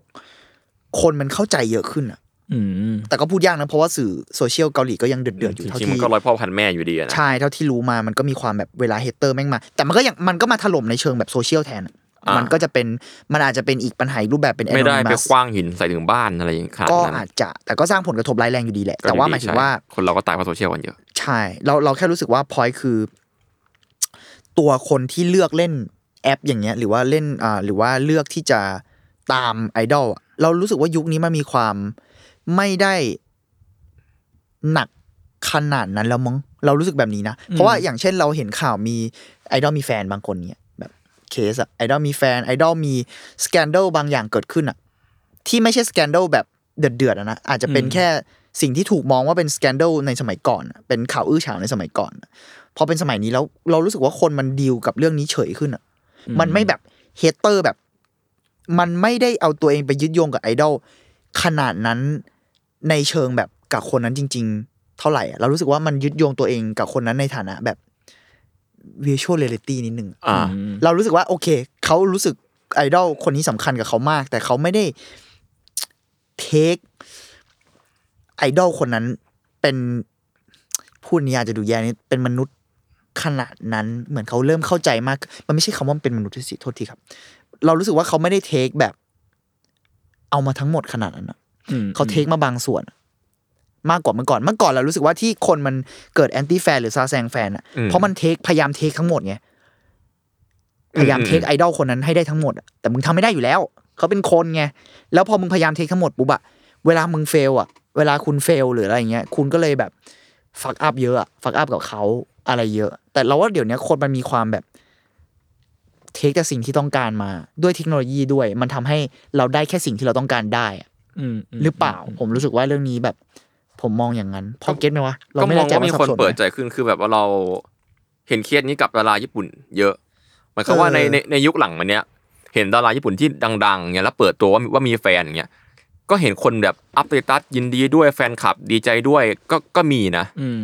คนมันเข้าใจเยอะขึ้นอะ อืม แต่ก็พูดยากนะเพราะว่าสื่อโซเชียลเกาหลีก็ยังเดือดเดือดๆอยู่ จ เท่า ริงๆมั ที่ นก็ร้อยพ่อพันแม่อยู่ดีอะนะ ใช่เท่าที่รู้มามันก็มีความแบบเวลาเฮเตอร์แม่งมา แต่มันก็ยังมันก็มาถล่มในเชิงแบบโซเชียลแทนอะมันก็จะเป็นมันอาจจะเป็นอีกปัญหาอีกรูปแบบเป็น ไม่ได้ไป anonymous คว้างหินใส่ถึงบ้านอะไรอย่างเงี้ยขนาด ก็ นั้ อาน จจะแต่ก็สร้างผลกระทบร้ายแรงอยู่ดีแหละ แต่ว่าหมายถึงว่า ใช่คนเราก็ตายเพราะโซเชียลกันเยอะ ใช่ เราเราแค่รู้สึกว่าพอยคือ ตัวคนที่เลือกเล่นแอปอย่างเงี้ย หรือว่าเล่นอ่าหรือว่าเลือกที่จะตามไอดอลอะเรารู้สึกว่ายุคนี้มันมีความไม่ได้หนักขนาดนั้นแล้วมั้งเรารู้สึกแบบนี้นะ เพราะว่าอย่างเช่นเราเห็นข่าวมีไอดอลมีแฟนบางคนเนี่ยแบบเคสอะไอดอลมีแฟนไอดอลมีสแกนเดลบางอย่างเกิดขึ้นอะที่ไม่ใช่สแกนเดลแบบเดือดๆอะนะอาจจะเป็น อืม แค่สิ่งที่ถูกมองว่าเป็นสแกนเดลในสมัยก่อนอะเป็นข่าวอื้อฉาวในสมัยก่อนอะพอเป็นสมัยนี้แล้วเรารู้สึกว่าคนมันดีลกับเรื่องนี้เฉยขึ้นอะ มันไม่แบบเฮเตอร์แบบ มันไม่ได้เอาตัวเองไปยึดโยงกับไอดอลขนาดนั้นในเชิงแบบกับคนนั้นจริง ๆ เท่าไหร่อะเรารู้สึกว่ามันยึดโยงตัวเองกับคนนั้นในฐานะแบบ visual reality นิดนึง อ่า เรารู้สึกว่าโอเค เขารู้สึกไอดอลคนนี้สำคัญกับเขามาก แต่เขาไม่ได้เทคไอดอลคนนั้นเป็นพูดนี้อาจจะดูแย่นิดเป็นมนุษย์ ขนาดนั้นเหมือนเขาเริ่มเข้าใจมาก มันไม่ใช่คำว่าเป็นมนุษย์ด้วยสิโทษทีครับ เรารู้สึกว่าเขาไม่ได้เทคแบบ เอามาทั้งหมดขนาดนั้นอะ อืม เขาเทคมาบางส่วน มากกว่าเมื่อก่อนเมื่อก่อนเรารู้สึกว่าที่คนมันเกิดแอนตี้แฟนหรือซาแซงแฟนอะ อืม เพราะมันเทคพยายามเทคทั้งหมดไงพยายาม อืม เทคไอดอลคนนั้นให้ได้ทั้งหมดอะแต่มึงทำไม่ได้อยู่แล้ว เขาเป็นคนไงแล้วพอมึงพยายามเทคทั้งหมดปุ๊บอะเวลามึงเฟลอะเวลาคุณเฟลหรืออะไรอย่างเงี้ยคุณก็เลยแบบ ฟักอัพเยอะอะฟักอัพกับเขาอะไรเยอะ แต่เราว่าเดี๋ยวนี้คนมันมีความแบบเทคแต่สิ่งที่ต้องการมาด้วยเทคโนโลยีด้วย มันทำให้เราได้แค่สิ่งที่เราต้องการได้อะ อืมม หรือเปล่า ผมรู้สึกว่าเรื่องนี้แบบ ผมมองอย่างนั้น พอเก็ตไหมวะเรา ก็ ไม่ มอ แน่ ง ใจ ว่ามี สับ คน สนไหม เปิดใจขึ้นคือแบบว่าเราเห็นเคสนี้กับดาราญี่ปุ่น เยอะหมายความว่า เออ ในในในยุคหลังมาเนี้ย เห็นดาราญี่ปุ่นที่ดังๆเนี่ยแล้วเปิดตัวว่าว่ามีแฟนอย่างเงี้ยก็เห็นคนแบบอัปเดตัสยินดีด้วยแฟนคลับดีใจด้วยก็ก็มีนะ อืม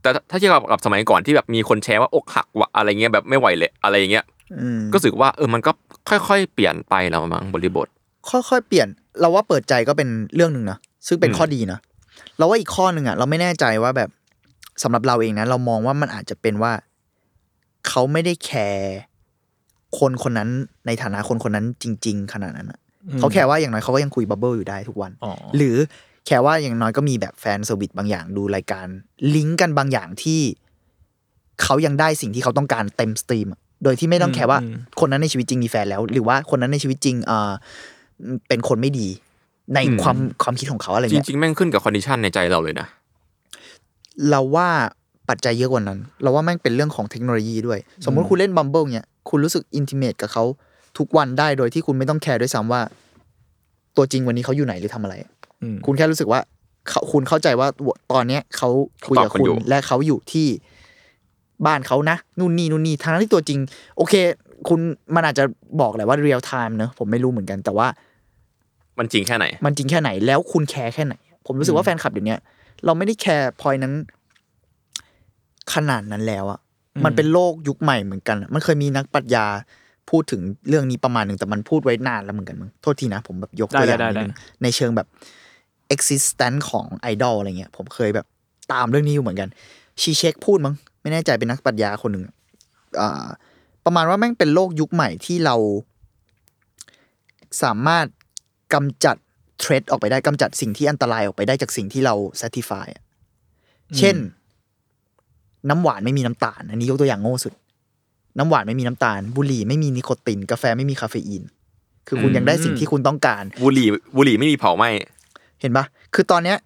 แต่ถ้าเทียบกับสมัยก่อนที่แบบมีคนแชร์ว่าอกหักว่ะอะไรเงี้ยแบบไม่ไหวเลยอะไรอย่างเงี้ย อืม ก็รู้สึกว่าเออมันก็ค่อยๆ เปลี่ยนไปแล้วมั้งบริบท ค่อยๆ เปลี่ยน เราว่าเปิดใจก็เป็นเรื่องหนึ่งนะซึ่งเป็น อืม ข้อดีนะเราว่าอีกข้อหนึ่งอ่ะ เราไม่แน่ใจว่าแบบสำหรับเราเองนะ เรามองว่ามันอาจจะเป็นว่า เขาไม่ได้แคร์คนคนนั้นในฐานะคนคนนั้นจริง ๆ ขนาดนั้นอะเขาแค่ว่าอย่างน้อยเขาก็ยังคุยบับเบิลอยู่ได้ทุกวัน อ๋อ หรือแค่ว่าอย่างน้อยก็มีแบบแฟนเซอร์วิสบางอย่างดูรายการ ลิงก์กันบางอย่างที่เขายังได้สิ่งที่เขาต้องการเต็มสตรีมอะโดยที่ไม่ต้องแคร์ว่า อืม คนนั้นในชีวิตจริงมีแฟนแล้ว หรือว่าคนนั้นในชีวิตจริงเอ่อเป็นคนไม่ดีใน อืม ความความคิดของเขาอะไร จ เงี้ย ริงๆแม่งขึ้นกับคอนดิชันในใจเราเลยนะ เราว่าปัจจัยเยอะกว่านั้น เราว่าแม่งเป็นเรื่องของเทคโนโลยีด้วย สมมติคุณเล่นบัมเบิลเนี่ยคุณรู้สึกอินทิเมตกับเขาทุกวันได้โดยที่คุณไม่ต้องแคร์ด้วยซ้ำว่า ตัวจริงวันนี้เขาอยู่ไหนหรือทำอะไร อืม คุณแค่รู้สึกว่าเขาคุณเข้าใจว่าตอนเนี้ยเขาคุยกับคุณและเขาอยู่ที่บ้านเขานะนู่นนี่นู่นนี่ทางที่ตัวจริง โอเค คุณมันอาจจะบอกแหละว่าเรียลไทม์เนอะผมไม่รู้เหมือนกัน แต่ว่า มันจริงแค่ไหน มันจริงแค่ไหนแล้วคุณแคร์แค่ไหน ผมรู้สึกว่าแฟนคลับเดี๋ยวนี้เราไม่ได้แคร์พอยนั้น ขนาดนั้นแล้วอะ อืม มันเป็นโลกยุคใหม่เหมือนกันอะมันเคยมีนักปรัชญาพูดถึงเรื่องนี้ประมาณหนึ่งแต่มันพูดไว้นานแล้วเหมือนกันมึงโทษทีนะผมแบบยก ได้ ตัวอ ได้ ย่าง ได้ นิด ได้ นึง ในเชิงแบบ existence ของไอดอลอะไรเงี้ย ผมเคยแบบตามเรื่องนี้อยู่เหมือนกัน ชีเช็คพูดมั้งไม่แน่ใจเป็นนักปรัชญาคนหนึ่งอ่าประมาณว่าแม่งเป็นโลกยุคใหม่ที่เรา สามารถกำจัดเทรดออกไปได้กำจัดสิ่งที่อันตรายออกไปได้จากสิ่งที่เรา satisfy อะเช่น น้ำหวานไม่มีน้ำตาล อันนี้ยกตัวอย่างโง่สุด น้ำหวานไม่มีน้ำตาล บุหรี่ไม่มีนิโคติน กาแฟไม่มีคาเฟอีน คือคุณยังได้สิ่งที่คุณต้องการ บุหรี่บุหรี่ไม่มีเผาไหม เห็นปะคือตอนเนี้ย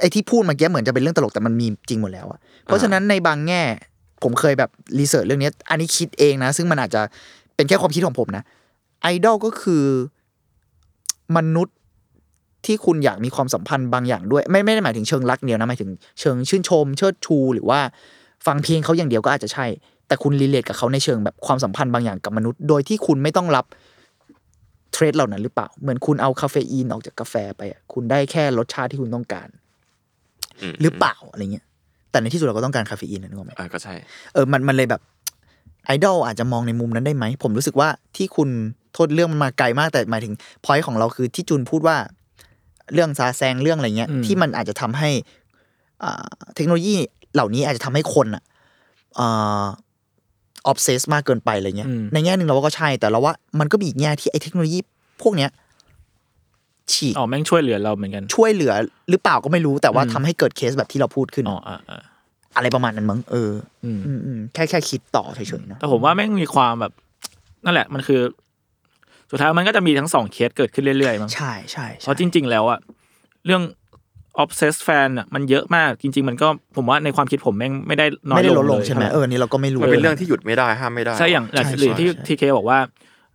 ไอ้ที่พูดเมื่อกี้เหมือนจะเป็นเรื่องตลกแต่มันมีจริงหมดแล้วอะเพราะฉะนั้นในบางแง่ ผมเคยแบบรีเสิร์ชเรื่องเนี้ยอันนี้คิดเองนะ ซึ่งมันอาจจะเป็นแค่ความคิดของผมนะ ไอดอลก็คือมนุษย์ที่คุณอยากมีความสัมพันธ์บางอย่างด้วย ไม่ไม่ได้หมายถึงเชิงรักเดียวนะหมายถึงเชิงชื่นชม เชิดชู หรือว่าฟังเพลงเขาอย่างเดียวก็อาจจะใช่ แต่คุณรีเลทกับเขาในเชิงแบบความสัมพันธ์บางอย่างกับมนุษย์ โดยที่คุณไม่ต้องรับ เทรดเหล่านั้นหรือเปล่า เหมือนคุณเอาคาเฟอีนออกจากกาแฟไปอะคุณได้แค่รสชาติที่คุณต้องการ ม หรือเปล่าอะไรเงี้ย แต่ในที่สุดเราก็ต้องการคาเฟอีนนะนึกออกไหม อ่าก็ใช่ เออมันมันเลยแบบไอดอลอาจจะมองในมุมนั้นได้ไหม ผมรู้สึกว่าที่คุณโทษเรื่องมันมาไกลมากแต่หมายถึงพอยต์ของเราคือที่จูนพูดว่า เรื่องซาแซงเรื่องอะไรเงี้ย อืม ที่มันอาจจะทำให้อ่าเทคโนโลยีเหล่านี้อาจจะทำให้คนอะออฟเซสมากเกินไปอะไรเงี้ย อืม ในแง่หนึ่งเราก็ใช่แต่เราว่ามันก็มีอีกแง่ที่ไอเทคโนโลยีพวกเนี้ยฉีก อ๋อแม่งช่วยเหลือเราเหมือนกัน ช่วยเหลือหรือเปล่าก็ไม่รู้แต่ว่า อืม ทำให้เกิดเคสแบบที่เราพูดขึ้น อ๋ออ่ะอ่ะ อะไรประมาณนั้นมั้งเออ อืม อืมอืมแค่แค่คิดต่อเฉยๆนะ แต่ผมว่าแม่งมีความแบบ นั่นแหละมันคือ สุดท้ายมันก็จะมีทั้งสองเคสเกิดขึ้นเรื่อยๆมั้ง ใช่ใช่ เพ ใช่ ราะจริง ๆ แล้วอะเรื่อง obsess fan อะมันเยอะมากจริง ๆ มันก็ผมว่าในความคิดผมแม่งไม่ได้น้อย ไม่ได้ลดลง เลย ใช่ไหม เท่าร่ เออนี่เราก็ไม่รู้ มันเป็นเรื่อง ลย ที่หยุดไม่ได้ห้ามไม่ได้ ใช่อย่างหลัง ใช่ หรือที่ ใช่ใช่ ทีเคบอกว่า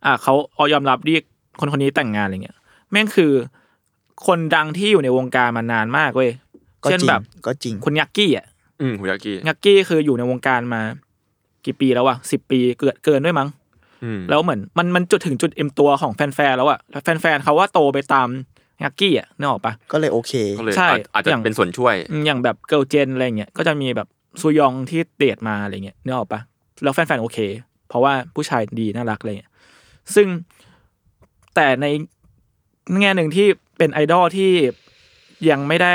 อ่าเขาออยอมรับที่คนคนนี้แต่งงานอะไรเงี้ยแม่งคือ คนดังที่อยู่ในวงการมานานมากเว้ย ก็ เช่น จริง แบบ ก็จริง คุณยักกี้อ่ะ อืมหุยากิ ยักกี้คืออยู่ในวงการมา กี่ปีแล้ววะสิบปีเกินเกินด้วยมั้ง อืม แล้วเหมือนมันมันจุดถึงจุดเอ็มตัวของแฟนๆแล้วอ่ะแล้วแฟนๆเขาว่าโตไปตามยักกี้อ่ะนึกออกปะ ก็เลยโอเค ก็เลย ใช่ อาจอาจจะ อย่าง เป็นส่วนช่วย อืมอย่างแบบเกิ l ลเจนอะไรเงี้ยก็จะมีแบบซูยองที่เดทมาอะไรเงี้ยนึกออกปะแล้วแฟนๆโอเค เพราะว่าผู้ชายดีน่ารักอะไรเงี้ยซึ่งแต่ในแง่หนึ่งที่เป็นไอดอลที่ยังไม่ได้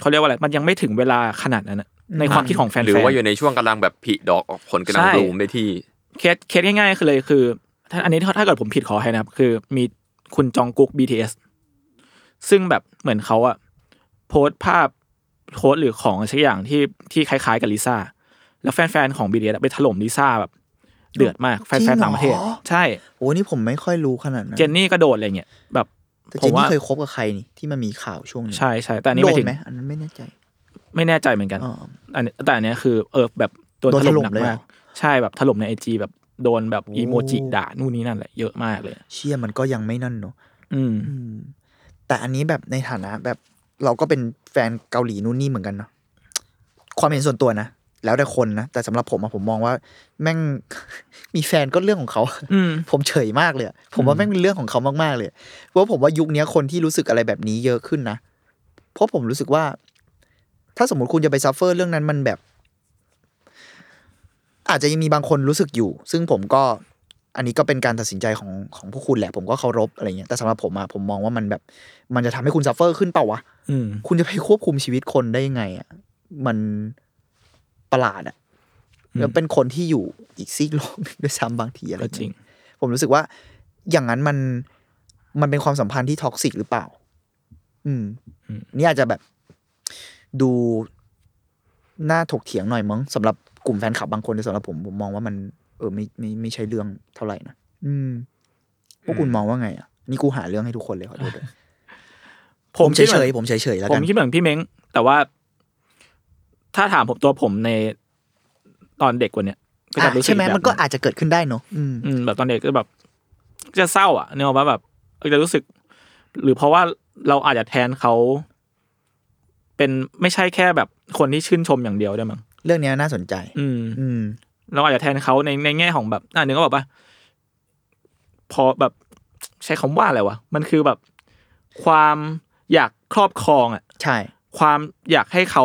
เขาเรียกว่าอะไร มันยังไม่ถึงเวลาขนาดนั้นอะในความคิดของแฟนๆ หรือว่าอยู่ในช่วงกำลังแบบผลิดอกออกผลกำลัง ใช่ รูมได้ที่ เคสเคสง่ายๆคือเลยคือถ้าอันนี้ถ้าถ้าเกิดผมผิดขอให้นะครับ คือมีคุณจองกุ๊ก BTS ซึ่งแบบเหมือนเขาอะโพสต์ภาพโพสต์หรือของสักอย่างที่ที่คล้ายๆกับลิซ่าแล้วแฟนๆของ BTS อะไปถล่มลิซ่าแบบ เดือดมากแฟนๆต่างประเทศ จริงเหรอ ใช่ โอ้นี่ผมไม่ค่อยรู้ขนาดนั้น เจนนี่ก็โดดอะไรเงี้ยแบบ แต่ ผ เจมนนี่ ว่า เคยคบกับใครนี่ที่มันมีข่าวช่วงนี้ ใช่ใช่แต่อันนี้ โด ไม่ น ถึง ไหมอันนั้นไม่แน่ใจ ไม่แน่ใจเหมือนกัน อ๋อ อันนี้แต่อันเนี้ยคือเออแบบโดน โดน ถ ถล่ ล่มหมนัก เลยเหร มาก อ ใช่แบบถล่มในไอจีแบบโดนแบบอีโมจิด่านู่นนี่นั่นแหละเยอะมากเลย เชี่ยมันก็ยังไม่นั่นเนอะ อืม อืม แต่อันนี้แบบในฐานะแบบเราก็เป็นแฟนเกาหลีนู่นนี่เหมือนกันเนาะความเห็นส่วนตัวนะแล้วแต่คนนะแต่สำหรับผมอะผมมองว่า แม่ง *laughs* มีแฟนก็เรื่องของเขา อืม ผมเฉยมากเลยอะผมว่าแม่งเป็นเรื่องของเขามากๆเลย เพราะผมว่ายุคเนี้ยคนที่รู้สึกอะไรแบบนี้เยอะขึ้นนะ เพราะผมรู้สึกว่า ถ้าสมมติคุณจะไปซัฟเฟอร์เรื่องนั้นมันแบบ อาจจะยังมีบางคนรู้สึกอยู่ ซึ่งผมก็ อันนี้ก็เป็นการตัดสินใจของของพวกคุณแหละ ผมก็เคารพอะไรเงี้ย แต่สำหรับผมอะผมมองว่ามันแบบ มันจะทำให้คุณซัฟเฟอร์ขึ้นเปล่าวะ อืม คุณจะไปควบคุมชีวิตคนได้ยังไงอ่ะ มันประหลาดอ่ะ อืม แล้วเป็นคนที่อยู่อีกซีกโลกหนึ่งด้วยซ้ำบางทีอะไร ก็ เงี้ย จริง ผมรู้สึกว่า อย่างนั้นมันมันเป็นความสัมพันธ์ที่ท็อกซิกหรือเปล่า อืม อืม นี่อาจจะแบบ ดูน่าถกเถียงหน่อยมั้งสำหรับกลุ่มแฟนคลับบางคนแต่สำหรับผมผมมองว่ามัน เออไม่ไม่ไม่ใช่เรื่องเท่าไหร่นะอืม พวกคุณมองว่าไงอ่ะ นี่กูหาเรื่องให้ทุกคนเลยขอโทษด้วยผมเฉยๆผมเฉยๆแล้ว ผ กั ม น คิดเหมือนพี่เม้ง แต่ว่า ถ้าถามผมตัวผมในตอนเด็กกว่าเนี้ยก็จะ อ่ะ รู้สึก ใช่ไหม แบบ มันก็อาจจะเกิดขึ้นได้เนอะอืม อืมแบบตอนเด็กก็แบบก็จะเศร้าอ่ะเนี่ยว่าแบบก็จะรู้สึก หรือเพราะว่าเราอาจจะแทนเขา เป็นไม่ใช่แค่แบบคนที่ชื่นชมอย่างเดียวได้วยมั้ง เรื่องเนี้ยน่าสนใจ อืม อืม เราอาจจะแทนเขาในในแง่ของแบบอ่านึกว่าแบบว่าพอแบบใช้คำว่าอะไรวะมันคือแบบความอยากครอบครองอ่ะ ใช่ ความอยากให้เขา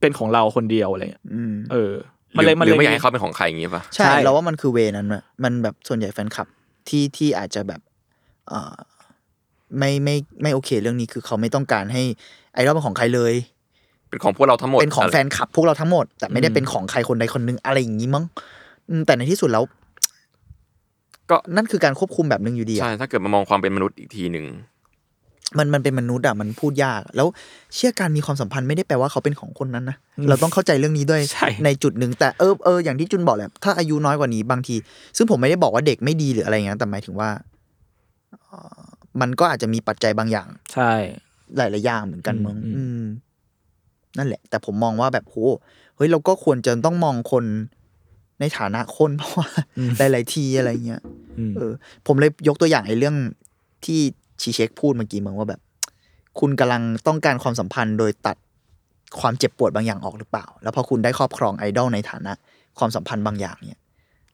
เป็นของเราคนเดียวอะไรเงี้ย อืม เออ ห มัน รื เลย อ มัน ห เล รือย ไม่อยากให้เขาเป็นของใครอย่างงี้ป่ะ ใช่ ใช่ เราว่ามันคือเวนั้นอะมันแบบส่วนใหญ่แฟนคลับที่ที่อาจจะแบบเอ่อไม่ไม่ไม่โอเค เรื่องนี้คือเขาไม่ต้องการให้ไอดอลเป็นของใครเลย เป็นของพวกเราทั้งหมด เป็นของแฟ ะไร นคลับพวกเราทั้งหมด แต่ไม่ได้ อืม เป็นของใครคนใดคนหนึงอะไรอย่างนี้มั้งอืมแต่ในที่สุดแล้ว ก็ นั่นคือการควบคุมแบบหนึ่งอยู่ดีอะ ใช่ถ้าเกิดมามองความเป็นมนุษย์อีกทีหนึ่ง มันมันเป็นมนุษย์อะมันพูดยาก แล้วเชื่อการมีความสัมพันธ์ไม่ได้แปลว่าเขาเป็นของคนนั้นนะเราต้องเข้าใจเรื่องนี้ด้วย ใช่ จุดหนึ่งแต่เออเอออย่างที่จุนบอกแหละถ้าอายุน้อยกว่านี้บางที ซึ่งผมไม่ได้บอกว่าเด็กไม่ดีหรืออะไรเงี้ยแต่หมายถึงว่าเอ่อมันก็อาจจะมีปัจจัยบางอย่าง ใช่ หลายๆอย่างเหมือนกัน อืม มั้ง อืม อืม นั่นแหละ แต่ผมมองว่าแบบโหเฮ้ยเราก็ควรจะต้องมองคนในฐานะคนเพราะว่าหลายๆทีอะไรเงี้ย อืม เออผมเลยยกตัวอย่างไอ้เรื่องที่ชีเช็คพูดเมื่อกี้มึงว่าแบบ คุณกำลังต้องการความสัมพันธ์โดยตัดความเจ็บปวดบางอย่างออกหรือเปล่า แล้วพอคุณได้ครอบครองไอดอลในฐานะความสัมพันธ์บางอย่างเนี่ย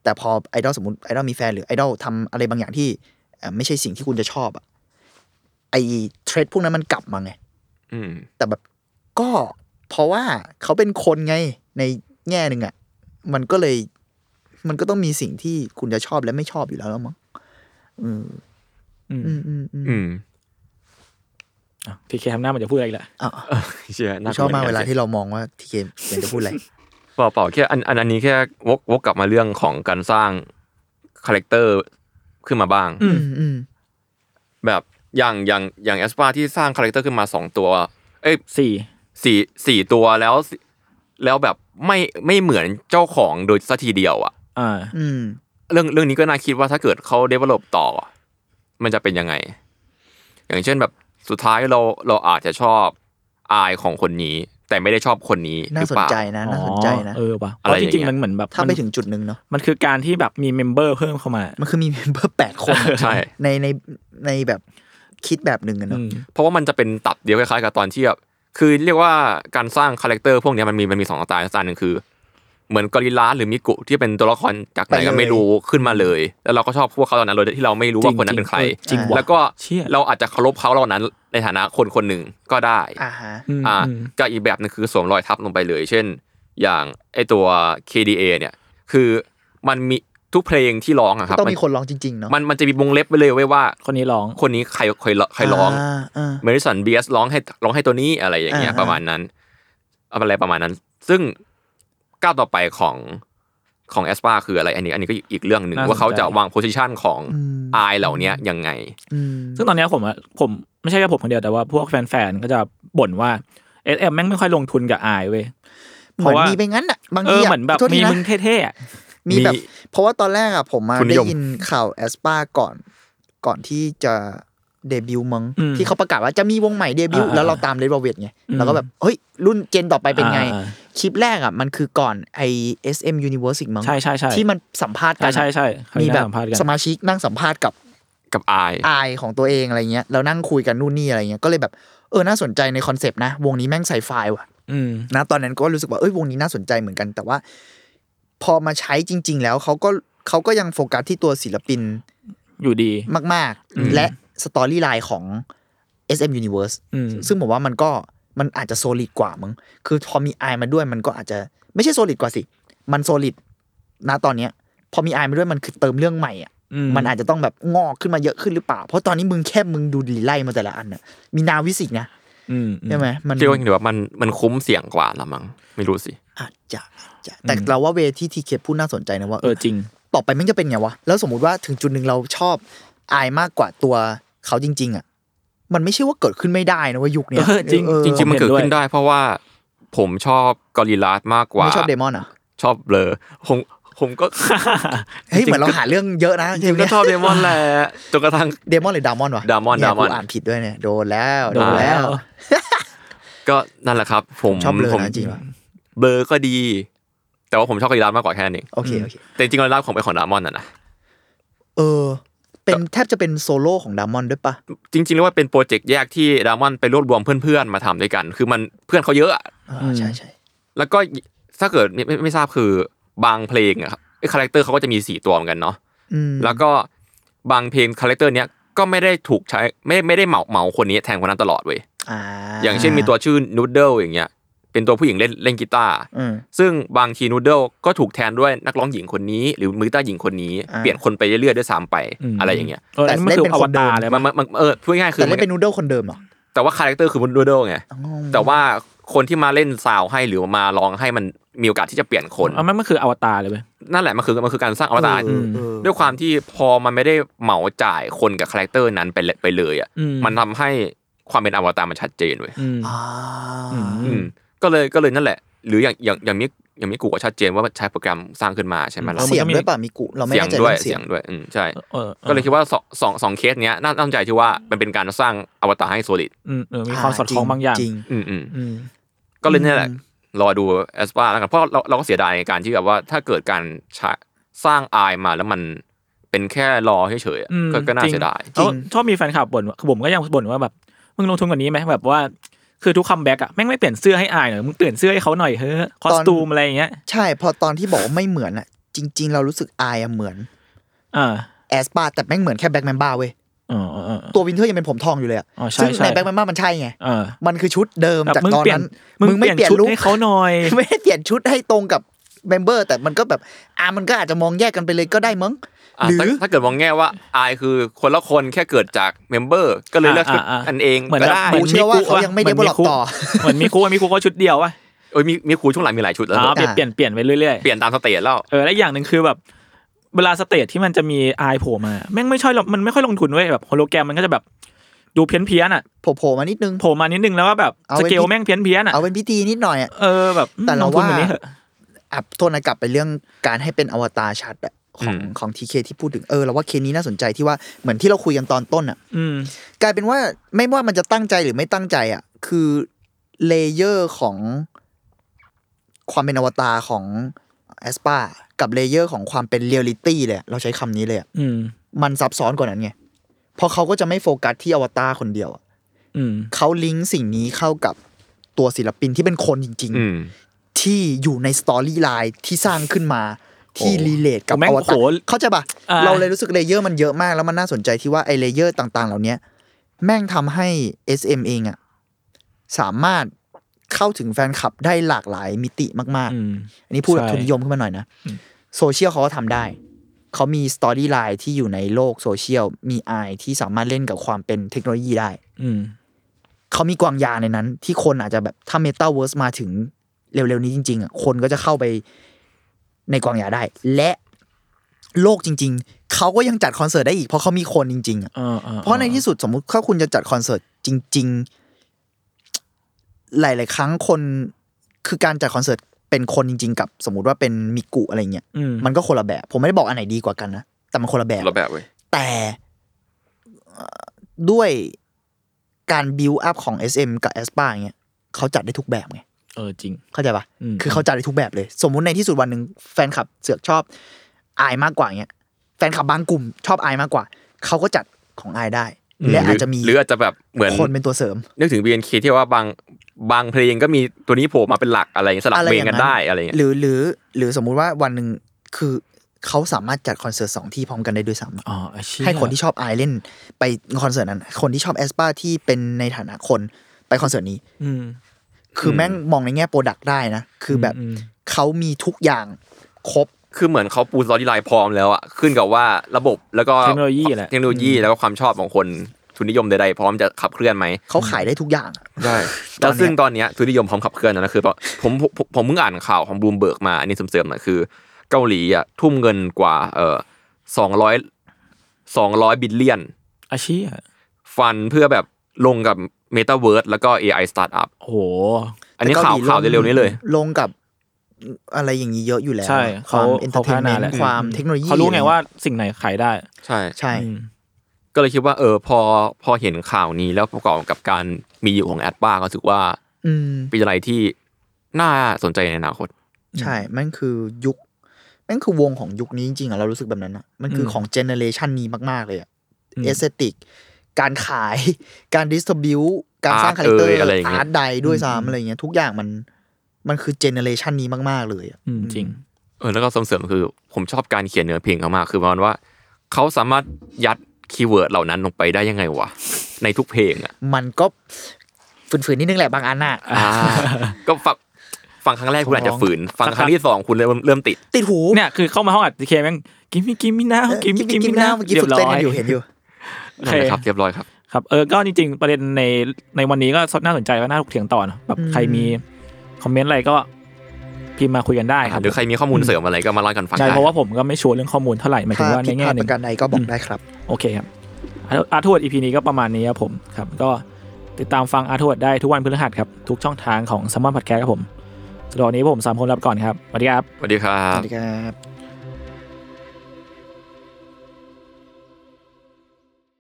แต่พอไอดอลสมมติไอดอลมีแฟนหรือไอดอลทำอะไรบางอย่างที่เอ่อไม่ใช่สิ่งที่คุณจะชอบอะไอเทรดพวกนั้นมันกลับมาไง อืม แต่แบบก็เพราะว่าเขาเป็นคนไงในแง่หนึ่งอะ่ะ มันก็เลย มันก็ต้องมีสิ่งที่คุณจะชอบและไม่ชอบอยู่แล้วแล้วมั้งอืม อืม อืมอืมอืม อืม พีเคทำหน้ามันจะพูดอะไรอีกละ อ่ะ เชื่อน่ ชอบมาก ลัหเวนน ลาที่เรามองว่าทีเกมอยากจะพูดอะไร เปล่าเปล่าแค่อันอันอันนี้แค่วกวกกลับมาเรื่องของการสร้างคาแรคเตอร์ขึ้นมาบ้าง อืม อืมอืม แบบอย่างอย่างอย่างแอสปาที่สร้างคาแรคเตอร์ขึ้นมาสองตัว เอ้ย สี่ สี่สี่ตัวแล้วสิแล้วแบบไม่ไม่เหมือนเจ้าของโดยสัทีเดียวอะ อ่า อืม เรื่องเรื่องนี้ก็น่าคิดว่าถ้าเกิดเขาเดเวลลอปต่อ มันจะเป็นยังไง อย่างเช่นแบบสุดท้ายเราเราอาจจะชอบอายของคนนี้ แต่ไม่ได้ชอบคนนี้ห น่า รือ ส เป น ล่า ใจนะน่าสนใจนะ อ๋อเออป่ะเพ อะไร ราะ อ จ ย่างเงี้ย ริงๆมันเหมือนแบบ ถ้าไป มัน ถึงจุดหนึ่งเนาะ มันคือการที่แบบมีเมมเบอร์เพิ่มเข้ามา มันคือมี *laughs* เมมเบอร์แปดคน ใช่ ในในในแบบคิดแบบหนึ่งอะเนาะ อืม เพราะว่ามันจะเป็นตับเดียวคล้ายๆกับตอนที่แบบคือเรียกว่าการสร้างคาแรคเตอร์พวกเนี้ยมันมีมันมีสองสไตล์สไตล์หนึ่งคือ เหมือนกอริลลาหรือมิกุที่เป็นตัวละครจากไหนก็ไม่รู้ขึ้นมาเลย แล้วเราก็ชอบพวกเขาเหล่านั้นโดยที่เราไม่รู้ว่าคนนั้นเป็นใคร จริงๆเออจริงว่ะ แล้วก็ เชี่ย เราอาจจะเคารพเขาเหล่านั้นในฐานะคนคนหนึ่งก็ได้ อ่าฮะ ม อ่า อืม ก็อีกแบบหนึงคือสวมรอยทับลงไปเลย เช่น อย่างไอตัว KDA เนี่ย คือมันมีทุกเพลงที่ร้องอะครับ ต้อง มัน มีคนร้องจริงๆเนาะ มันมันจะมีวงเล็บไปเลยไว้ว่า คนนี้ร้อง คนนี้ใครใครใครร้อง าอ่า เมริสันเบียสร้องให้ร้องให้ตัวนี้อะไรอย่างเงี้ย อ่า ประมาณนั้นเอาอะไรประมาณนั้น ซึ่งก้าวต่อไปของของแอสปาคืออะไร อันนี้ อันนี้ก็อีกเรื่องหนึ่ง น่าสนใจ ว่าเขาจะวางโพสิชันของ อืม อายเหล่าเนี้ยยังไง อืม ซึ่งตอนเนี้ยผมอะผมไม่ใช่แค่ผมคนเดียวแต่ว่าพวกแฟนๆก็จะบ่นว่าเอสเอ็มแม่งไม่ค่อยลงทุนกับอายเว้ย เห เพ มือน ราะว่ามี มีไปงั้นอะบาง เอ ที อ อะ เหมือนแบบ โทษที มี นะ มึงเท่ๆอะ มี มี แบบเพราะว่าตอนแรกอะผมมา ทุนนิ ได้ ยม ยินข่าวแอสปาก่อนก่อนที่จะเดบิวต์มั้ง อืม ที่เขาประกาศว่าจะมีวงใหม่เดบิวต์ อ่า แล้วเราตามเลดเวลเวทไง อืม เราก็แบบ เฮ้ย รุ่นเจนต่อไปเป็นไง อ่า คลิปแรกอะมันคือก่อนไอ SM Universe อีกมั้ง ใช่ใช่ใช่ ที่มันสัมภาษณ์กั ใช่ น ใช่ใช่ใช่ มีแบบ สัมภาษณ์กัน สมาชิกนั่งสัมภาษณ์กับ กับอาย อายของตัวเองอะไรเงี้ยแล้วนั่งคุยกันนู่นนี่อะไรเงี้ยก็เลยแบบเออน่าสนใจในคอนเซปต์นะ วงนี้แม่งใส่ไฟล์ว่ะ อืม นะตอนนั้นก็รู้สึกว่าเอ้ยวงนี้น่าสนใจเหมือนกันแต่ว่า พอมาใช้จริง ๆ แล้วเขาก็เขาก็ยังโฟกัสที่ตัวศิลปิน อยู่ดี มาก ๆ และสตอรี่ไลน์ของ SM Universe อืม ซึ่งผมว่ามันก็มันอาจจะโซลิดกว่ามึงคือพอมีไอมาด้วยมันก็อาจจะไม่ใช่โซลิดกว่าสิ มันโซลิดนะตอนเนี้ย พอมีไอมาด้วยมันคือเติมเรื่องใหม่อ่ะ อืม มันอาจจะต้องแบบงอกขึ้นมาเยอะขึ้นหรือเปล่า เพราะตอนนี้มึงแค่มึงดูดีไล่มาแต่ละอันน่ะมีนาวิสิกนะ อืม ใช่ไหมมัน เชื่อว่าเดี๋ยวมันมันคุ้มเสี่ยงกว่าละมั้งไม่รู้สิ อาจจะอาจจะแต่เราว่าเวทีทีเคพูดน่าสนใจนะว่า เออจริง ต่อไปมันจะเป็นไงวะ แล้วสมมติว่าถึงจุดหนึ่งเราชอบอายมากกว่าตัวเขาจริง ๆ อ่ะ มันไม่ใช่ว่าเกิดขึ้นไม่ได้นะเว่ายุคเนี้ย เออจริง เออ จริ จริง ง ๆมันเกิด ผมเห็นด้วย ขึ้นได้ เพราะว่าผมชอบกอริลลาสมากกว่า ไม่ชอบเดมอนเหรอ่ะ ชอบเบลอผมผมก็ *laughs* เฮ้ยเหมือนเราหาเรื่องเยอะนะเท ผ ป มก็ เนี้ย ชอบเดมอนแหละจนกระทั่ง เดมอนหรือดามอนวะ Damon เย Damon กูอ่านผิดด้วยเนี่ยโดนแล้ว โด โด น นแล้ว ก็นั่นแหละครับ ผม ชอบเบลอนะ ผม จริงๆว่ะ เบลอก็ดี แต่ว่าผมชอบกอริลลาสมากกว่าแค่นั้นเอง โอเคโอเค แต่จริงๆเราลาบของไปของดามอนน่ะนะ เออ เป็นแทบจะเป็นโซโล่ของดามอนด้วยปะ จริงๆเรียกว่าเป็นโปรเจกต์แยกที่ดามอนไปรวบรวมเพื่อนๆมาทำด้วยกัน คือมันเพื่อนเขาเยอะอะ อ่าใช่ใช่ แล้วก็ถ้าเกิดไม่ไม่ไม่ทราบคือบางเพลงอะครับคาแรคเตอร์เขาก็จะมีสี่ตัวเหมือนกันเนาะ อืม แล้วก็บางเพลงคาแรคเตอร์เนี้ยก็ไม่ได้ถูกใช้ไม่ไม่ได้เหมาเหมาคนนี้แทนคนนั้นตลอดเว้ย อ่า อย่างเช่นมีตัวชื่อนูดเดิลอย่างเงี้ยเป็นตัวผู้หญิงเล่นเล่นกีตาร์ อืม ซึ่งบางทีนูเดิลก็ถูกแทนด้วยนักร้องหญิงคนนี้ หรือมือกีต้าร์หญิงคนนี้ อ่า เปลี่ยนคนไปเรื่อยๆด้วยซ้ำไปอะไรอย่างเงี้ย เออ แต่ อันนี้มันคือ เล่นเป็น อ คว นเดิ ตาม รเลย มั ปะ นมันมันเออพูดง่ายๆคือ แต่เล่นเป็นนูโดคนเดิมเหรอ แต่ว่าคาแรคเตอร์คือนูเดิลไง อ๋อ แต่ว่าคนที่มาเล่นซาวให้หรือมาร้องให้มัน มีโอกาสที่จะเปลี่ยนคน เอามันมันคืออวตารเลยไหม นั่นแหละมันคือมันคือการสร้างอวตาร เออเออ ด้วยความที่พอมันไม่ได้เหมาจ่ายคนกับคาแรคเตอร์นั้นไปเลยไปเลยอ่ะ อืม มันทำให้ความเป็นอวตารมันชัดเจนเว้ย อืม อ่า อืมก็เลยก็เลยนั่นแหละ หรืออย่างอย่างอย่างมิกอย่างมิกูก็ชัดเจนว่าใช้โปรแกรมสร้างขึ้นมาใช่ไหมล่ะ เออ เสียงด้วยป่ะมิกุเราไม่ เสียง แน่ใจ ด้วย เรื่อง เสี เสี ย ย ง ง ด้วยอืมใช่ เออออ ก็เลยคิดว่าสองสองสองเคสเนี้ยน่าน่าสนใจที่ว่ามันเป็นการสร้างอวตารให้โซลิด อืมเออมีความสอดคล้องบางอย่าง จริง อืมอืม อืม ก็เลยเนี่ยแหละ รอดูแอสปาแล้วกันเพราะเราเราก็เสียดายในการที่แบบว่าถ้าเกิดการฉะสร้างอายมาแล้วมันเป็นแค่รอเฉยๆอะ อืม ก็ก็น่า จริง เสียดาย จริง แล้วชอบมีแฟนคลับบ่นว่าผมก็ยังบ่นว่าแบบมึงลงทุนกว่านี้ไหมแบบว่า คือทุกคัมแบ็กอะแม่งไม่เปลี่ยนเสื้อให้อายหน่อยมึงเปลี่ยนเสื้อให้เขาหน่อยเฮ้ยคอสตูมอะไรอย่างเงี้ย ใช่พอตอนที่บอกว่าไม่เหมือนอ่ะ จริง ๆ เรารู้สึกอายอะเหมือน อ่า แอสปาแต่แม่งเหมือนแค่แบ็คแมนบ้าเว้ย อ๋ออ๋ออ๋อ ตัววินเทอร์ยังเป็นผมทองอยู่เลยอะ อ๋อใช่ ซึ่ง ใช่ ในแบ็คแมนบ้ามันใช่ไง เออ มันคือชุดเดิม แบบ จาก มึง ตอน เปลี่ยน นั้น มึงเปลี่ยนชุดให้เขาหน่อย ไม่ได้เปลี่ยนชุดให้ตรงกับเมมเบอร์ แต่มันก็แบบอ่ะมันก็อาจจะมองแยกกันไปเลยก็ได้มั้ง อ่ะ หรือ ถ้าถ้าเกิดมองแง่ว่าอายคือคนละคนแค่เกิดจากเมมเบอร์ ก็เลยเลือกชุด อ่าอ่า อันเอง เหมือน ก็ แบบ ได้ หมืน กูเชื่อว่าเขายังไม่ได้ หน develop คุ ต่อ เหมือนมีคุกอะมีคุกก็ชุดเดียววะ เอ้ยมีมีครูช่วงหลังมีหลายชุดแล้ว อ๋อ เป เปลี่ลี่ยน ยนเปลี่ยนเปลี่ยนไปเรื่อย เปลี่ยนตามสเตจแล้ว ๆเออและอีกอย่างหนึ่งคือแบบ เวลาสเตจที่มันจะมีอายโผล่มาแม่งไม่ใช่หรอกมันไม่ค่อยลงทุนเว้ยแบบโฮโลแกรมมันก็จะแบบดูเพี้ยนเพี้ยนๆอะ โผล่ๆมานิดนึง โผล่มานิดนึงแล้วว่าแบบ เอา ส ไว้ เกล ที่ แม่งเพี้ยนเพี้ยนๆอะ เอาเป็นพิธีนิดหน่อยอะ เออแบบอืม แต่ ล เรา งทุนแบว่าบนี้เถอะ อับโทษนะกลับไปเรื่องการให้เป็นอวตารชัดอะของของทีเคที่พูดถึงเออเราว่าเคสนี้น่าสนใจที่ว่าเหมือนที่เราคุยกันตอนต้นอะ อืม กลายเป็นว่าไม่ว่ามันจะตั้งใจหรือไม่ตั้งใจอ่ะ คือเลเยอร์ของความเป็นอวตารของแอสปากับเลเยอร์ของความเป็นเรียลิตี้เลยอะเราใช้คำนี้เลยอะ อืม มันซับซ้อนกว่านั้นไงเพราะเขาก็จะไม่โฟกัสที่อวตารคนเดียวอะ อืม เขาลิงก์สิ่งนี้เข้ากับตัวศิลปินที่เป็นคนจริง อืม ๆ ที่อยู่ในสตอรี่ไลน์ที่สร้างขึ้นมาที่ โอ้ รีเลทกับ แม่ง อว โห ตารเข้าใจปะ อ่า เราเลยรู้สึกเลเยอร์มันเยอะมากแล้วมันน่าสนใจที่ว่าไอเลเยอร์ต่างๆ เหล่าเนี้ย แม่งทำให้ SM เองอะสามารถเข้าถึงแฟนคลับได้หลากหลายมิติมาก อืม ๆ อันนี้พูดแบบ ใช่ ทุนนิยมขึ้นมาหน่อยนะ โซเชียลเขาก็ทำได้ เขามีสตอรี่ไลน์ที่อยู่ในโลกโซเชียล มีไอที่สามารถเล่นกับความเป็นเทคโนโลยีได้ อืม เขามีกวางยาในนั้น ที่คนอาจจะแบบถ้าเมตาเวิร์สมาถึงเร็วๆนี้จริงๆอ่ะคนก็จะเข้าไปในกวางยาได้ และโลกจริง ๆ เขาก็ยังจัดคอนเสิร์ตได้อีกเพราะเขามีคนจริงๆอ่ะ อ่าอ่ เพราะในที่สุดสมมุติถ้าคุณจะจัดคอนเสิร์ตจริง ๆ หลาย ๆ ครั้งคนคือการจัดคอนเสิร์ตเป็นคนจริง ๆ กับสมมติว่าเป็นมิกุอะไรเงี้ย อืม มันก็คนละแบบ ผมไม่ได้บอกอันไหนดีกว่ากันนะ แต่มันคนละแบบ เราแบบเว้ย แต่เอ่อด้วยการบิวอัพของ SM กับ a s p a อย่างเงี้ยเขาจัดได้ทุกแบบไง เออจริง เข้าใจปะ อืม คือเขาจัดได้ทุกแบบเลย สมมุติในที่สุดวันหนึ่งแฟนคลับเสือกชอบอายมากกว่าอย่างเงี้ยแฟนคลับบางกลุ่มชอบอายมากกว่า เขาก็จัดของอายได้ และอาจจะมี หรืออาจจะแบบเหมือน คนเป็นตัวเสริม นึกถึง BNK ที่ว่าบางบางเพลงก็มีตัวนี้โผล่มาเป็นหลักอะไรอย่างเงี้ยสลับ อะไร เพล อง ย่าง กัน นั้น ได้อะไรอย่างเงี้ย หรือหรือหรือสมมุติว่าวันหนึ่งคือเขาสามารถจัดคอนเสิร์ตสองที่พร้อมกันได้ด้วยซ้ำอะ อ๋อไอ้เย ให้คนที่ชอบไอายเล่นไปคอนเสิร์ตนั้น คนที่ชอบแอสปาที่เป็นในฐานะคนไปคอนเสิร์ตนี้ อืม คือแม่งมองในแง่โปรดักต์ได้นะ คือแบบ อืม เขามีทุกอย่างครบ คือเหมือนเขาปูสตอรี่ไลน์พร้อมแล้วอ่ะขึ้นกับว่าระบบแล้วก็ เทคโนโลยีแหละ เทคโนโลยีแล้วก็ความชอบของคนทุนนิยมใดๆพร้อมจะขับเคลื่อนไหม เขาขายได้ทุกอย่างอะ ได้ ต แล้ อน ว เนี้ย ซึ่งตอนเนี้ยทุนนิยมพร้อมขับเคลื่อนนะนะคือตอนผมผมผมผมเพิ่งอ่านข่าวของบูมเบิร์กมาอันนี้เสริมๆหน่อยคือ เกาหลีอ่ะทุ่มเงินกว่าเอ่อสองร้อยสองร้อยบิลเลียน อาชีพ ฟันเพื่อแบบลงกับเมตาเวิร์แล้วก็ AI Startup โห อันนี้ แต่ ข่าว กห ข่าว ง เร็วๆนี้เลย ลงกับอะไรอย่างนี้เยอะอยู่แล้ว ใช่ ค เขา วามเอนเตอ เขาพัร์เทน ฒ เม นาน แหละ ต์ความเทคโนโลยี เขารู้ไงว่าสิ่งไหนขายได้ ใช่ ใช่ อืม ก็เลยคิดว่าเออพอพอเห็นข่าวนี้แล้วประกอบกับการมีอยู่ของแอดบ้าก็รู้สึกว่า อืม เป็นอะไรที่น่าสนใจในอนาคต ใช่แม่งคือยุคแม่งคือวงของยุคนี้จริงๆอะเรารู้สึกแบบนั้นอะมันคือของเจเนเรชันนี้มากๆเลยอะเอสเตติก การขาย *laughs* การดิสทบิวการสร้าง อาร์ต คาแรคเตอร์ เอ่ยอะไรอย่างเงี้ย อาร์ตใดด้วยซ้ำอะไรอย่างเงี้ยทุกอย่างมันมันคือเจเนเรชันนี้มากๆเลยอะ อืมจริง เออแล้วก็ส่งเสริมคือผมชอบการเขียนเนื้อเพลงเขามากคือประมาณว่าเขาสามารถยัดคีย์เวิร์ดเหล่านั้นลงไปได้ยังไงวะ ในทุกเพลงอ่ะ มันก็ฝืนๆนิดนึงแหละบางอันน่ะ ก็ฟังฟังครั้งแรกคุณอาจจะฝืน ฟัง สัก ค พัก รั้งที่สองคุณเริ่มเริ่มติด ติดหู เนี่ยคือเข้ามาห้องอัดเคแม่งกิมมี่กิมมี่นะ เออ กิมมี่กิมมี่นะ เมื่อกี้ฝึกเต้นกันอยู่เห็นอยู่ โอ นั่น เค แหละครับ เรียบร้อยครับ ครับเออก็จริง ๆ ประเด็นในในวันนี้ก็น่าสนใจก็น่าถกเถียงต่อนะแบบใครมีคอมเมนต์อะไรก็ พิมพ์มาคุยกันได้ครับ หรือใครมีข้อมูลเสริมอะไรก็มาเล่าให้กันฟัง ใช่ ได้ เพราะว่าผมก็ไม่ชัวร์เรื่องข้อมูลเท่าไหร่หมายถึ ถ้าง ว่า ผิ ใน ดพ แง่ ลาหดป นึ่ง ระการใดก็บอกได้ครับ โอเคครับอาร์ทวดอีพีนี้ก็ประมาณนี้ครับผมครับก็ติดตามฟังอาร์ทวดได้ทุกวันพฤหัสครับ ทุกช่องทางของ s ัมมอนพอดแคสต์ครับผมสำหรับวันนี้ผมสามคนลาไปก่อนครับสวัสดีครับ สวัสดีครั ส บ วัสดีครับ